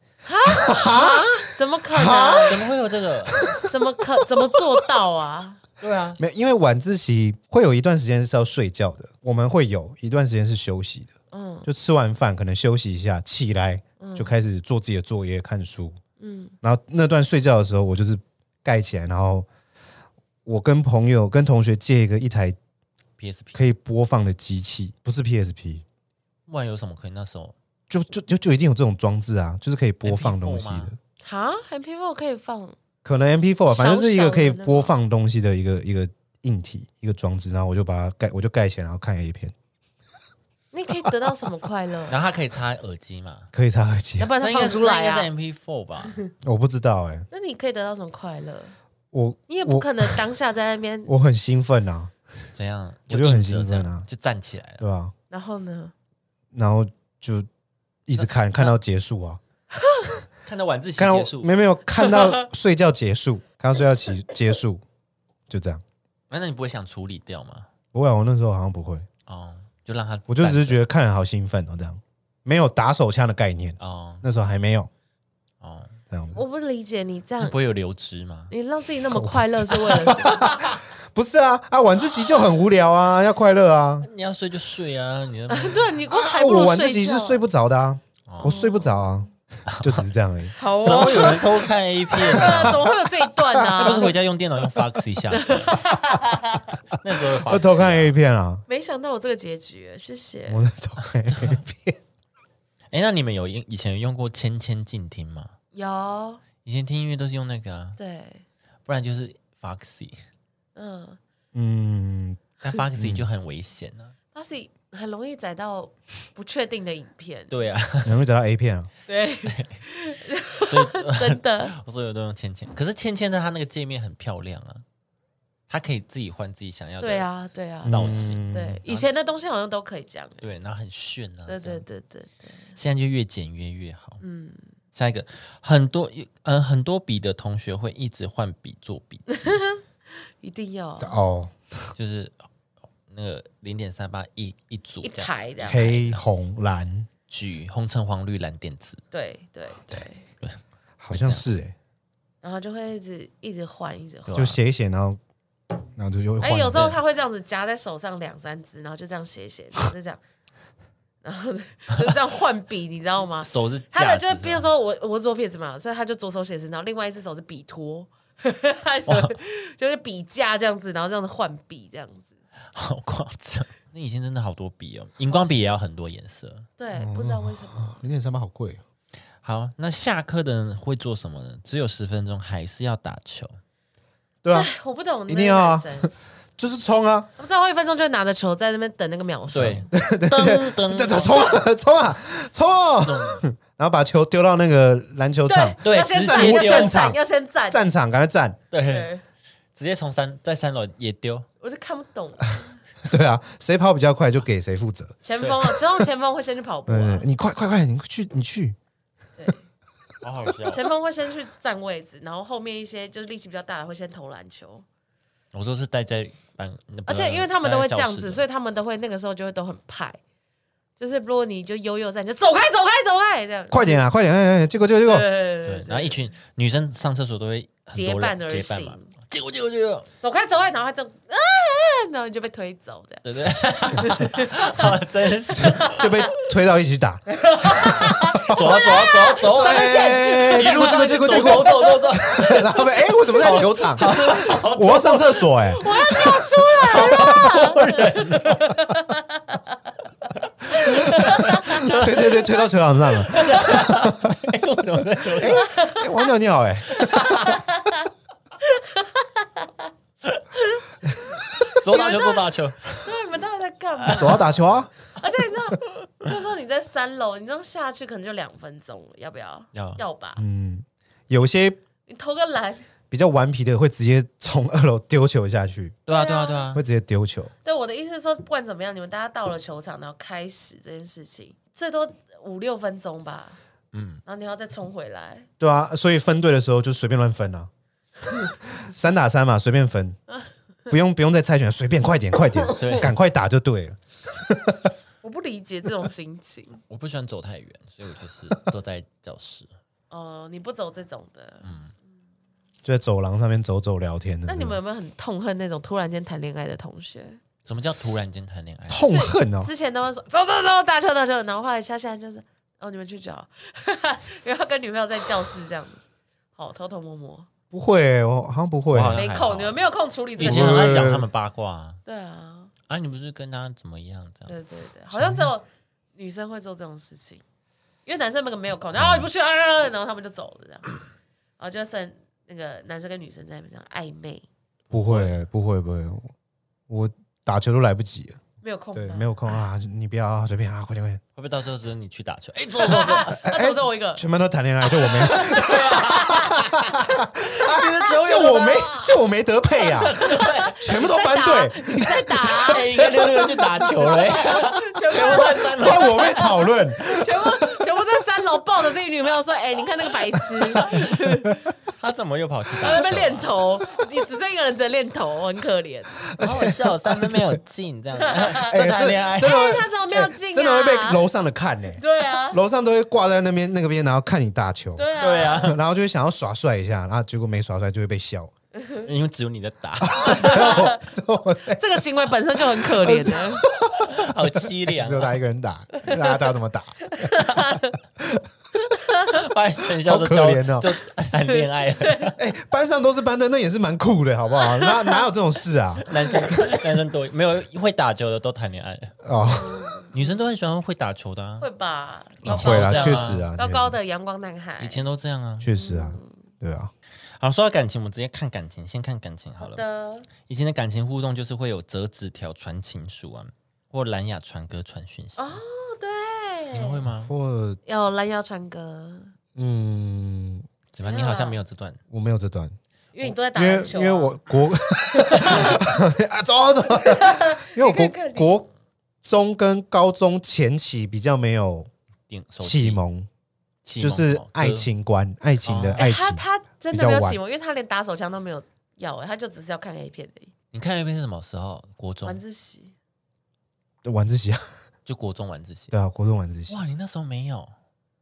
怎么可能？啊
怎么会有这个？
怎么可怎么做到啊？
对啊，
没有，因为晚自习会有一段时间是要睡觉的，我们会有一段时间是休息的，
嗯
就吃完饭可能休息一下，起来就开始做自己的作业、看书。
嗯，
然后那段睡觉的时候，我就是盖起来，然后我跟朋友、跟同学借一个一台
PSP，
可以播放的机器，不是 PSP，
不然有什么可以？那时候
就就就就一定有这种装置啊，就是可以播放东西
MP4
哎
的
吗。
哈，MP Four 可以放，
可能 MP4 啊，反正就是一个可以
小小的那种
播放东西的一个一个硬体一个装置，然后我就把它盖，我就盖起来，然后看 A 片，
你可以得到什么快乐？
然后它可以插耳机嘛？
可以插耳机
要
啊。
不然
那
它
应该
放
是
出
那
来啊？
应该是 MP4 吧？
我不知道哎、
那你可以得到什么快乐？
我
你也不
我
可能当下在那边，
我很兴奋啊，
怎样？
我就很
硬着
兴奋啊
这样就站起来了。
对吧、
然后呢？
然后就一直看看到结束啊。
看到晚自习
看到
结束，
没有 没有看到睡觉结束，看到睡觉起结束，就这样。
啊那你不会想处理掉吗？
不会啊，我那时候好像不会，
哦，就让他，
我就只是觉得看了好兴奋哦，这样没有打手枪的概念，
哦
那时候还没有
哦，
这样子。
我不理解你这
那
样
不，会有流汁吗？
你让自己那么快乐是为了什么？
不是啊啊，晚自习就很无 聊啊，要快乐啊。
你要睡就睡啊，你那
对，你光还
啊，
不
我
如
晚自
睡
习
觉。
是睡不着的啊，
哦
我睡不着啊，就只是这样 而已。
好
怎么
哦，
会有人偷看 A 片
对
啊？
啊，怎么会有这一段啊
那 不是
呢？
回家用电脑用 Fox 一下 吗？那时候有 Foxy
我偷看 A 片啊，
没想到我这个结局，谢谢。
我在偷看 A 片。
哎，那你们有用以前有用过千千静听吗？
有，
以前听音乐都是用那个、啊，
对，
不然就是 Foxy，
嗯，
嗯，
但 Foxy 就很危险啊。
巴西很容易载到不确定的影片，
对啊，
很容易找到 A 片啊。
对，
所以呃
真的，
我所有都用芊芊，可是芊芊的它那个界面很漂亮啊，它可以自己换自己想要的，
对，啊，对啊，
造
嗯
型，
对，以前的东西好像都可以这样，
对，然后很炫啊，
对
这
对
样子，
对对对，
现在就越简约越好。
嗯，
下一个，很多嗯很多笔的同学会一直换笔做 笔记，
一定要
哦，
就是那个零点三八一一组
一
这样，
排的，
黑红蓝
举红橙黄绿蓝靛紫，
对对对，
好像是哎、
然后就会一直一直换，一直换
对。吧
就写一写，然后然后就又会
哎，
换。
有时候他会这样子夹在手上两三支，然后就这样写一写，然后就这样，然后就这样换笔，你知道吗？
手是
他
架
的
子
就是
上
比如说我我是左撇子嘛，所以他就左手写字，然后另外一只手是笔托， 就是笔架这样子，然后这样子换笔这样子。
好夸张。那以前真的好多笔哦，荧光笔也要很多颜色。
对，不知道为什么。
零点三八好贵、哦，
好，那下课的人会做什么呢？只有十分钟，还是要打球？
对啊，
哎，我不懂那个
一定要啊
男生，
就是冲啊，
他们最后一分钟就拿着球在那边等那个秒数。
对，噔噔
对对，冲啊，冲啊，冲啊！然后把球丢到那个篮球场
对
对
要先
直
站
接
要先站
站场
要先站。
战场，赶快站！
对，
对，
直接从三在三楼也丢，
我就看不懂
对啊，谁跑比较快就给谁负责。
前锋啊，前锋前锋会先去跑步
对
啊
对，对你快快快，你去你去，
好好笑
前锋会先去占位置，然后后面一些就是力气比较大的会先投篮球。
我说是待在班，那不
而
是
且因为他们都会这样
待在教
子，所
室的
以他们都会那个时候就会都很派。就是如果你就悠悠在，你就走开走开走开这样。
快点啊，快点！哎哎，结果结果
对
结果，
对
对
对，
然后一群女生上厕所都会很
结
多
伴
人
而
结伴嘛，
行，
结果结果结果，
走开走开，然后他就啊，然后你就被推走这样。
对不对？好真是，
就被推到一起打。
走啊走啊走啊走啊，
哎，
一
结
路
果结果
上
结
去
果
走
结
走
果，
走走走，
然后被哎，我怎么在球场？ 我要上厕所哎，
我要尿出来了，
推推推推到球场上了，
哎我怎么在球场？
哎我要尿尿哎，
左打球左打球，
对，你们到底在干嘛？
走啊打球啊！
而且你知道，那时候你在三楼，你这样下去可能就两分钟，要不要？
要
要吧？
有些
你投个篮，
比较顽皮的会直接从二楼丢球下去，
对啊对啊对啊
会，直接丢球。
对，我的意思是说，不管怎么样，你们大家到了球场，然后开始这件事情，最多五六分钟吧。嗯，然后你要再冲回来，
对啊，所以分队的时候就随便乱分啊，三打三嘛，随便分，不用不用再猜拳，随便快点快点，
对
赶快打就对了。
我不理解这种心情。
我不喜欢走太远，所以我就是都在教室。
哦、你不走这种的，
嗯
就在走廊上面走走聊天的，
那你们有没有很痛恨那种突然间谈恋爱的同学？
什么叫突然间谈恋爱？
痛恨哦，
之前都会说走走走，打球打球，然后后来下下来就是哦，你们去找， 然后跟女朋友在教室这样子，好偷偷摸摸，
不会欸、我好像不会、
哇
没
那还好
空，你们没有空处理这
以
个事
前
情。
很爱讲他们八卦啊，
对啊，
啊你不是跟他怎么样这样？
对对对，好像只有女生会做这种事情，因为男生那个没有空，然后你不去啊啊，啊啊然后他们就走了这样，然后就剩那个男生跟女生在那边这样暧昧，
不会欸、不会不会，我打球都来不及了，
没有空，
对，没有，空啊，你不要啊，随便啊，快点快点，
会不会到时候只有你去打球？哎，走走 走，
他走走我一个，
哎全班都谈恋爱，就我没啊有，
你的球
就我没，就我没得配啊，全部都班队，
你在打 啊，
哎，一个溜 溜就打球了，哎
全部
我在三楼
换我被讨论，
全部全部在三楼我抱着这个女朋友说：“哎、你看那个白痴，
他怎么又跑去
他在那
打
边
球？
练头，你只剩一个人只能练头，很可怜。
好好笑，三分没有进， 这样子在谈恋爱。
真的
哎
会
他怎么没有进啊
真的会被楼上的看呢、
对啊，
楼上都会挂在那边那个边，然后看你打球，
对啊，
对啊，
然后就会想要耍帅一下，然后结果没耍帅就会被笑。
因为只有你在打，
之后之后
这个行为本身就很可怜
啊
的。
好凄 凉
只有
啊！
他一个人打，大家打怎么打？
把全校都
好可
教
怜哦
就谈恋爱了，
哎、班上都是班队，那也是蛮酷的，好不好？哪哪有这种事啊？
男生男生多没有会打球的都谈恋爱了，
哦，
女生都很喜欢会打球的啊，
会吧？
以前
会啦，
都这样
确实啊，
高嗯高的阳光男孩
以。前都这样啊。
确实啊，对啊，
好，说到感情，我们直接看感情，先看感情好了。
的，哦
以前的感情互动就是会有折纸条、传情书啊，或蓝牙传歌、传讯息。
哦
你们
对，
会吗？
或
有蓝腰传歌，
嗯，
怎么样？你
啊
好像没有这段。
我没有这段，
因为你都在打
因为
篮球啊、
因为我国 啊，走啊走啊，因为我国
你看看你
国中跟高中前期比较没有
电手
启
机
蒙，
启
啊就
蒙
是
哦
爱情观，爱情的
哦
哎
爱情
他。他真
比
的
较
没有
晚
启蒙，因为他连打手枪都没有要、哎，他就只是要看 A 片而已，
你看那边是什么时候？国
晚
中
自习。
晚自习啊，
就国中晚自习。
对啊，国中晚自习
哇，你那时候没有？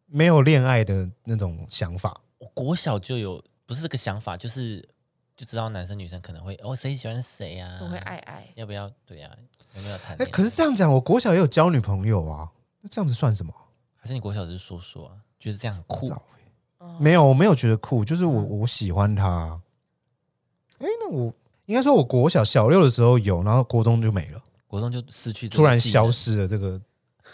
没有恋爱的那种想法，
我国小就有，不是这个想法，就是就知道男生女生可能会哦，谁喜欢谁啊？
我会爱爱，
要不要？对啊，有没有谈
哎、
恋爱？
可是这样讲，我国小也有交女朋友啊，那这样子算什么？
还是你国小只是说说啊，觉得这样很酷
知道
哦
没有，我没有觉得酷，就是我我喜欢他。哎、那我应该说，我国小小六的时候有，然后国中就没了，
国中就失去这个
突然
技能
消失了这个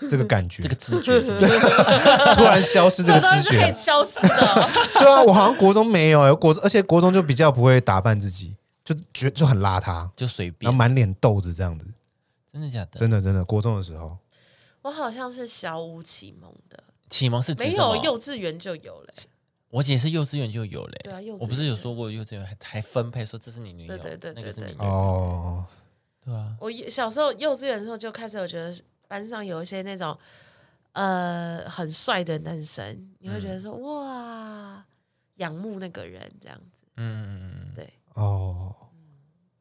这个感觉，
这个知 觉，对不对
突然消失这个
东西
知
是可以
觉。
消失的哦、
对啊，我好像国中没有、哎，国而且国中就比较不会打扮自己，就觉就很邋遢，
就随
然
便
后，满脸痘子这样子。
真的假的？
真的真的，国中的时候，
我好像是小五启蒙的，
启蒙是指
没
什
有
么
幼稚园就有了、
我姐是幼稚园就有嘞、
对啊幼稚园
我不是有说过幼稚园还还分配说这是你女友，
对对对
那个是你
对
女
对
友，
哦，
对啊，
我小时候幼稚园的时候就开始，我觉得班上有一些那种呃很帅的男生，你会觉得说、哇，仰慕那个人这样子。
嗯，
对，
哦，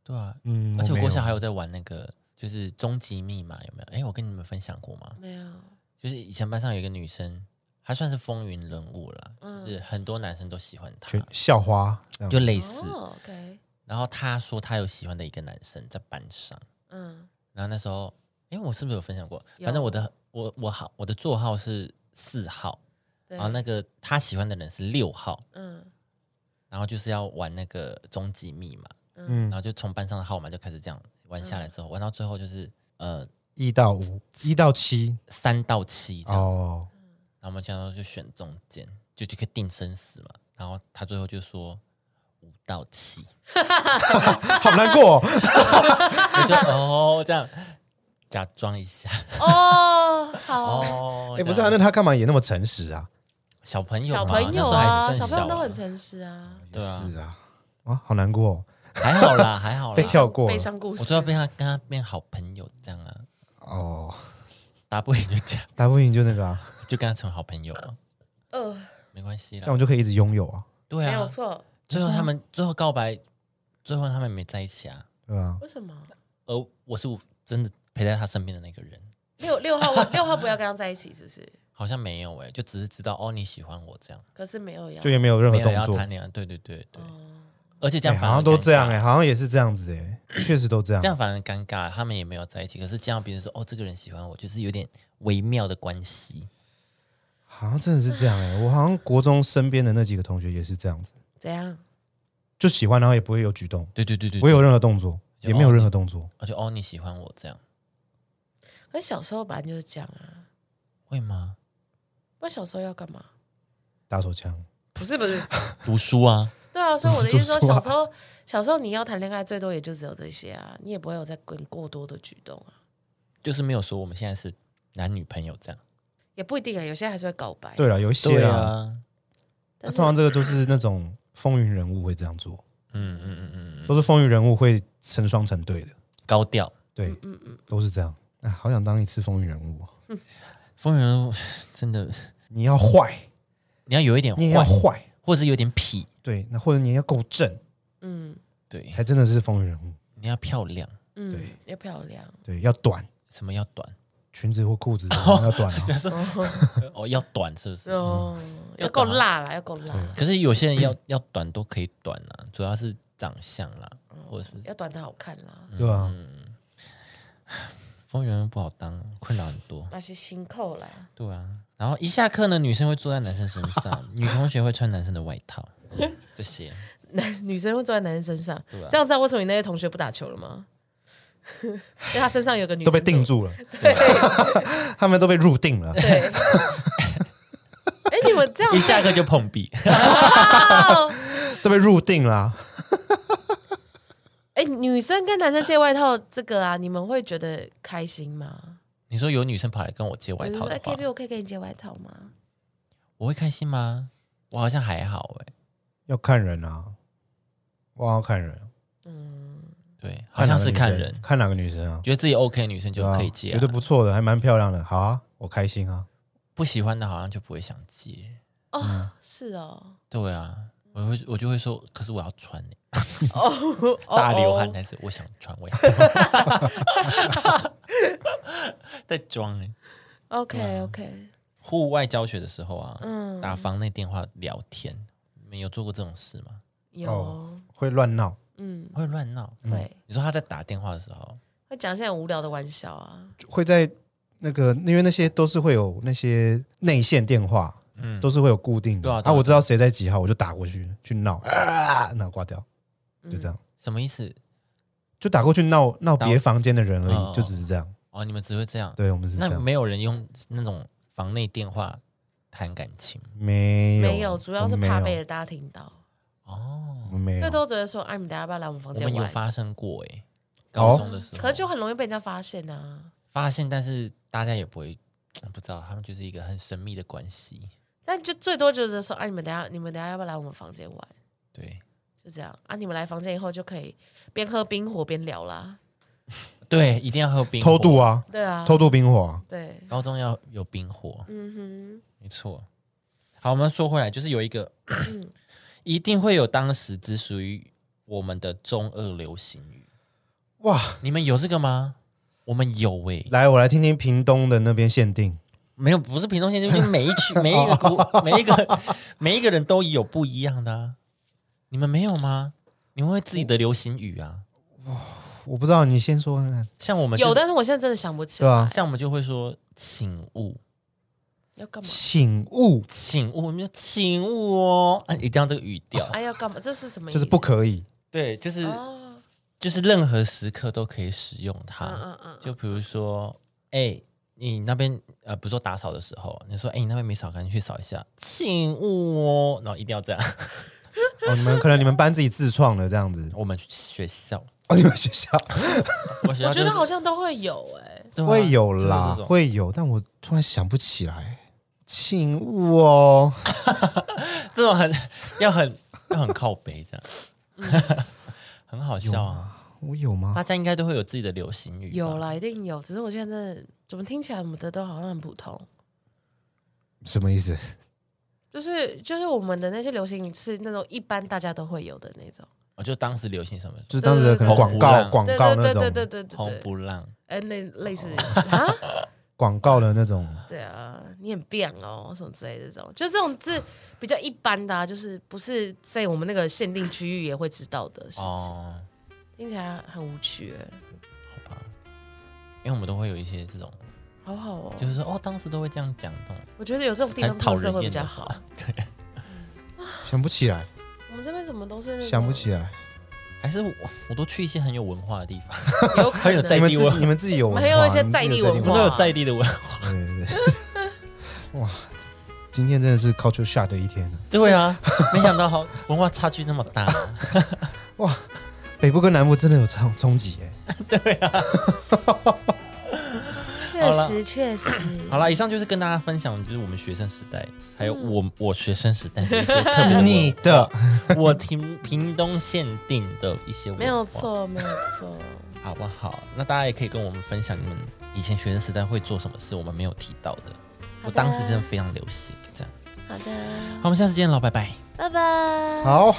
对啊，
嗯，
而且我
没
国
有
小还有在玩那个就是终极密码有没有？哎，我跟你们分享过吗？
没有，
就是以前班上有一个女生，她算是风云人物啦，
嗯
就是很多男生都喜欢她
全，校花这样
就类似。
哦，OK，
然后她说她有喜欢的一个男生在班上，
嗯，
然后那时候，哎，我是不是有分享过？
有
反正我的我我好我的座号是四号，
对，
然后那个她喜欢的人是六号。
嗯
然后就是要玩那个终极密码，
嗯
然后就从班上的号码就开始这样玩下
嗯
来之后，玩到最后就是呃
一到五，一到七
三到七这样，
哦，
然后我们这样就选中间，就就可以定生死嘛。然后他最后就说五到七，
好难过、哦。
我就 哦这样假装一下
哦，好，
哦，
哎、不是
这
啊，
样
那他干嘛也那么诚实啊？
小朋友嘛
小朋
那时
友
候还
啊，
是
小
更
朋友都
啊
很诚实啊，
对啊
是啊，啊，好难过、哦，
还好啦， 还好啦，
被跳过
悲
了
伤故
我
事
最。后被他跟他变好朋友这样啊，
哦，
打不赢就这样，
打不赢就那个啊，
就跟他成为好朋友了，
呃，
没关系
但
啦
我，就可以一直拥有啊，
对
没
啊
有，错，
最后他们最后告白，最后他们没在一起啊。
对啊，
为什么？
而我是真的陪在他身边的那个人，
六六号六号不要跟他在一起，是不是？
好像没有哎、就只是知道哦你喜欢我这样，
可是没有要
就，也没有任何
没有
动
要
作，
谈恋爱。对对对对，
哦
而且这
哎
样反而
好像都这样哎、
哎、
好像也是这样子哎、确实都这样
这。样反而尴尬，他们也没有在一起。可是这样别人说哦这个人哦喜欢我，就是有点微妙的关系。
好像真的是这样哎、我好像国中身边的那几个同学也是这样子，
怎样？
就喜欢，然后也不会有举动，
对对对对
不会有任何动作，
就
也没有任何动作，
而且哦你喜欢我这样
可是小时候本来就是这样啊。
会吗？
我小时候要干嘛？
打手枪，
不是不是，
读书啊，
对啊，所以我的意思说，
读书啊
小时候小时候你要谈恋爱，最多也就只有这些啊，你也不会有再更过多的举动啊，
就是没有说我们现在是男女朋友这样。
也不一定啊，有些还是会告白。
对了，有一些啦，
啊，
那
但是
通常这个就是那种风云人物会这样做，
嗯嗯嗯嗯，
都是风云人物会成双成对的，
高调。
对，
嗯
都是这样。哎，好想当一次风云人物哦，
风云人物 真的
啊你要坏，
你要有一点
你也要
坏，
坏，
或者是有点痞，
对，那或者你要够正，
嗯
对，
才真的是风云人物。
你要漂亮，
嗯
对，
要漂亮，
对，要短，
什么要 短，
裙子或裤子要短、
就
啊。
是哦要短是不是？
哦，要
要
够
懂啊
辣啦，要够辣，
可是有些人要要短都可以短啊，主要是长相啦，或者是
要短的好看啦，
对啊，
嗯风云人物不好当，困扰很多。
那些新扣啦，
对啊，然后一下课呢，女生会坐在男生身 上，女同学会穿男生的外套，这些
男女生会坐在男生身上，
对啊
这样知道为什么你那些同学不打球了吗？ 因为他身上有个女
都被
生坐
定，住了，
嗯
对
他们都被入 定了。
对。哎，你们这样
一下课就碰壁。
哦
都被入定啦、
哎，女生跟男生借外套这个啊，你们会觉得开心吗？
你说有女生跑来跟我借外
比如
套
说
的
哎
话，
，KB，我可以跟你借外套吗？
我会开心吗？我好像还好哎、
要看人啊，哇，要看人，
嗯
对，好像是看
哪个女
人
生，看哪个女生啊，
觉得自己 OK 的女生就
对啊
可以借、啊，
觉得不错的，还蛮漂亮的，好啊，我开心啊。
不喜欢的，好像就不会想借。
哦，是哦，
对啊，我会我就会说，可是我要穿、欸
哦，
大流汗，
哦
但是我想穿， 我想在装哎、
OK OK，
户外教学的时候啊，
嗯
打房内电话聊天，你们有做过这种事吗？
有
哦，会乱闹，
嗯，
会乱闹。
会
你说他在打电话的时候，
会讲一些很无聊的玩笑啊，
会在那个，因为那些都是会有那些内线电话，
嗯，
都是会有固定的。
对啊对
啊，
啊嗯
我知道谁在几号，我就打过去去闹，啊，那挂掉，
嗯
就这样，
什么意思？
就打过去闹闹
嗯打
别房间的人而
哦哦
已，就只是这样。
哦，你们只会这样。
对，我们是这
那
样，
没有人用那种房内电话谈感情
没有
没有，主要是
我们
怕
没
被
有
大家听到，
哦
我。们没
最
有，
多只会说，哎，你们大家要不要来我们房
我
间
们有
玩？
发生过哎、高
哦
中的时候，
可是就很容易被人家发现啊。
发现，但是大家也不会不知道，他们就是一个很神秘的关系。
但就最多就是说，哎，你们等一下，你们等一下要不要来我们房间玩？
对
就这样啊，你们来房间以后就可以边喝冰火边聊啦。
对，一定要喝冰
偷渡
啊！
啊，
对啊，
偷渡冰火啊，
对，
高中要有冰火，
嗯
没错。好，我们说回来，就是有一 个，一定会有当时只属于我们的中二流行语。
哇！
你们有这个吗？我们有欸诶、
来，我来听听屏东的那边限定。
没有，不是屏东县，就是每一区、每一个国、每一个、每一个人都有不一样的、啊。你们没有吗？你们会自己的流行语啊？
我不知道，你先说看看，
像我们
哼，
就
有，但是我现在真的想不起
对啊
来
吧？
像我们就会说请勿，
要干嘛。
请勿，
请勿，我们就请勿哦，啊、一定要这个语调。
哎，要干嘛？这是什么意
就
思？
是不可以。
对，就是、
哦，
就是任何时刻都可以使用它。
嗯嗯嗯，
就比如说，哎、你那边呃，比如说打扫的时候，你说，哎、你那边没扫干净，去扫一下，请勿哦，然后一定要这样。
哦，你们可能你们班自己自创的这样子。
我们学校，
哦，你们学校
我学
我
校
觉
就是
得好像都会有哎，
对啊
会有
就
啦，
是这种
会有，但我突然想不起来。请勿哦，
这种很 要很要很靠北这样，嗯 很好笑啊！
我有吗？
大家应该都会有自己的流行语吧，
有
啊
啦，一定有。只是我现在真的怎么听起来我们的都好像很普通，
什么意思？
就是就是我们的那些流行语是那种一般大家都会有的那种。
我就当时流行什么
就是当时的可
对对
能广
对
告、广
对
啊
告那
对对对
红
对对
种、哦
对对，
不让，
哎，那类似啊，
广告的那种，
对啊，你很变哦，什么之类的这种，就这种是比较一般的、啊，就是不是在我们那个限定区域也会知道的事情，
哦，
听起来很无趣耶，
好吧，因为我们都会有一些这种，
好好哦。
就是说哦，当时都会这样讲这种，
我觉得有这种地方
很讨
特色
人
会比
厌
较
的
好
话。，对，
想不起来，
我们这边怎么都是那种
想不，起来。
还是我我都去一些很有文化的地方，
有可
很有
能
在
你
地
们自
文
己
化
你们自己有
我
文
们
化，
很有一些
你们
在
自己
地
有
我
文
们
化
都有在地的文 化，
对对对。哇，今天真的是 culture shock 的一天啊
对 啊，没想到好文化差距那么大，
北部跟南部真的有冲冲击哎。
好
确
了
实确实。
好啦，以上就是跟大家分享，就是我们学生时代，还有
嗯
我、我学生时代的一些特别的
你的
我屏屏东限定的一些文化
没有，错，没有错。
好不好？那大家也可以跟我们分享你们以前学生时代会做什么事，我们没有提到的。我当时真的非常流行这样。
好的，
好，我们下次见喽，拜拜。
拜拜。
好。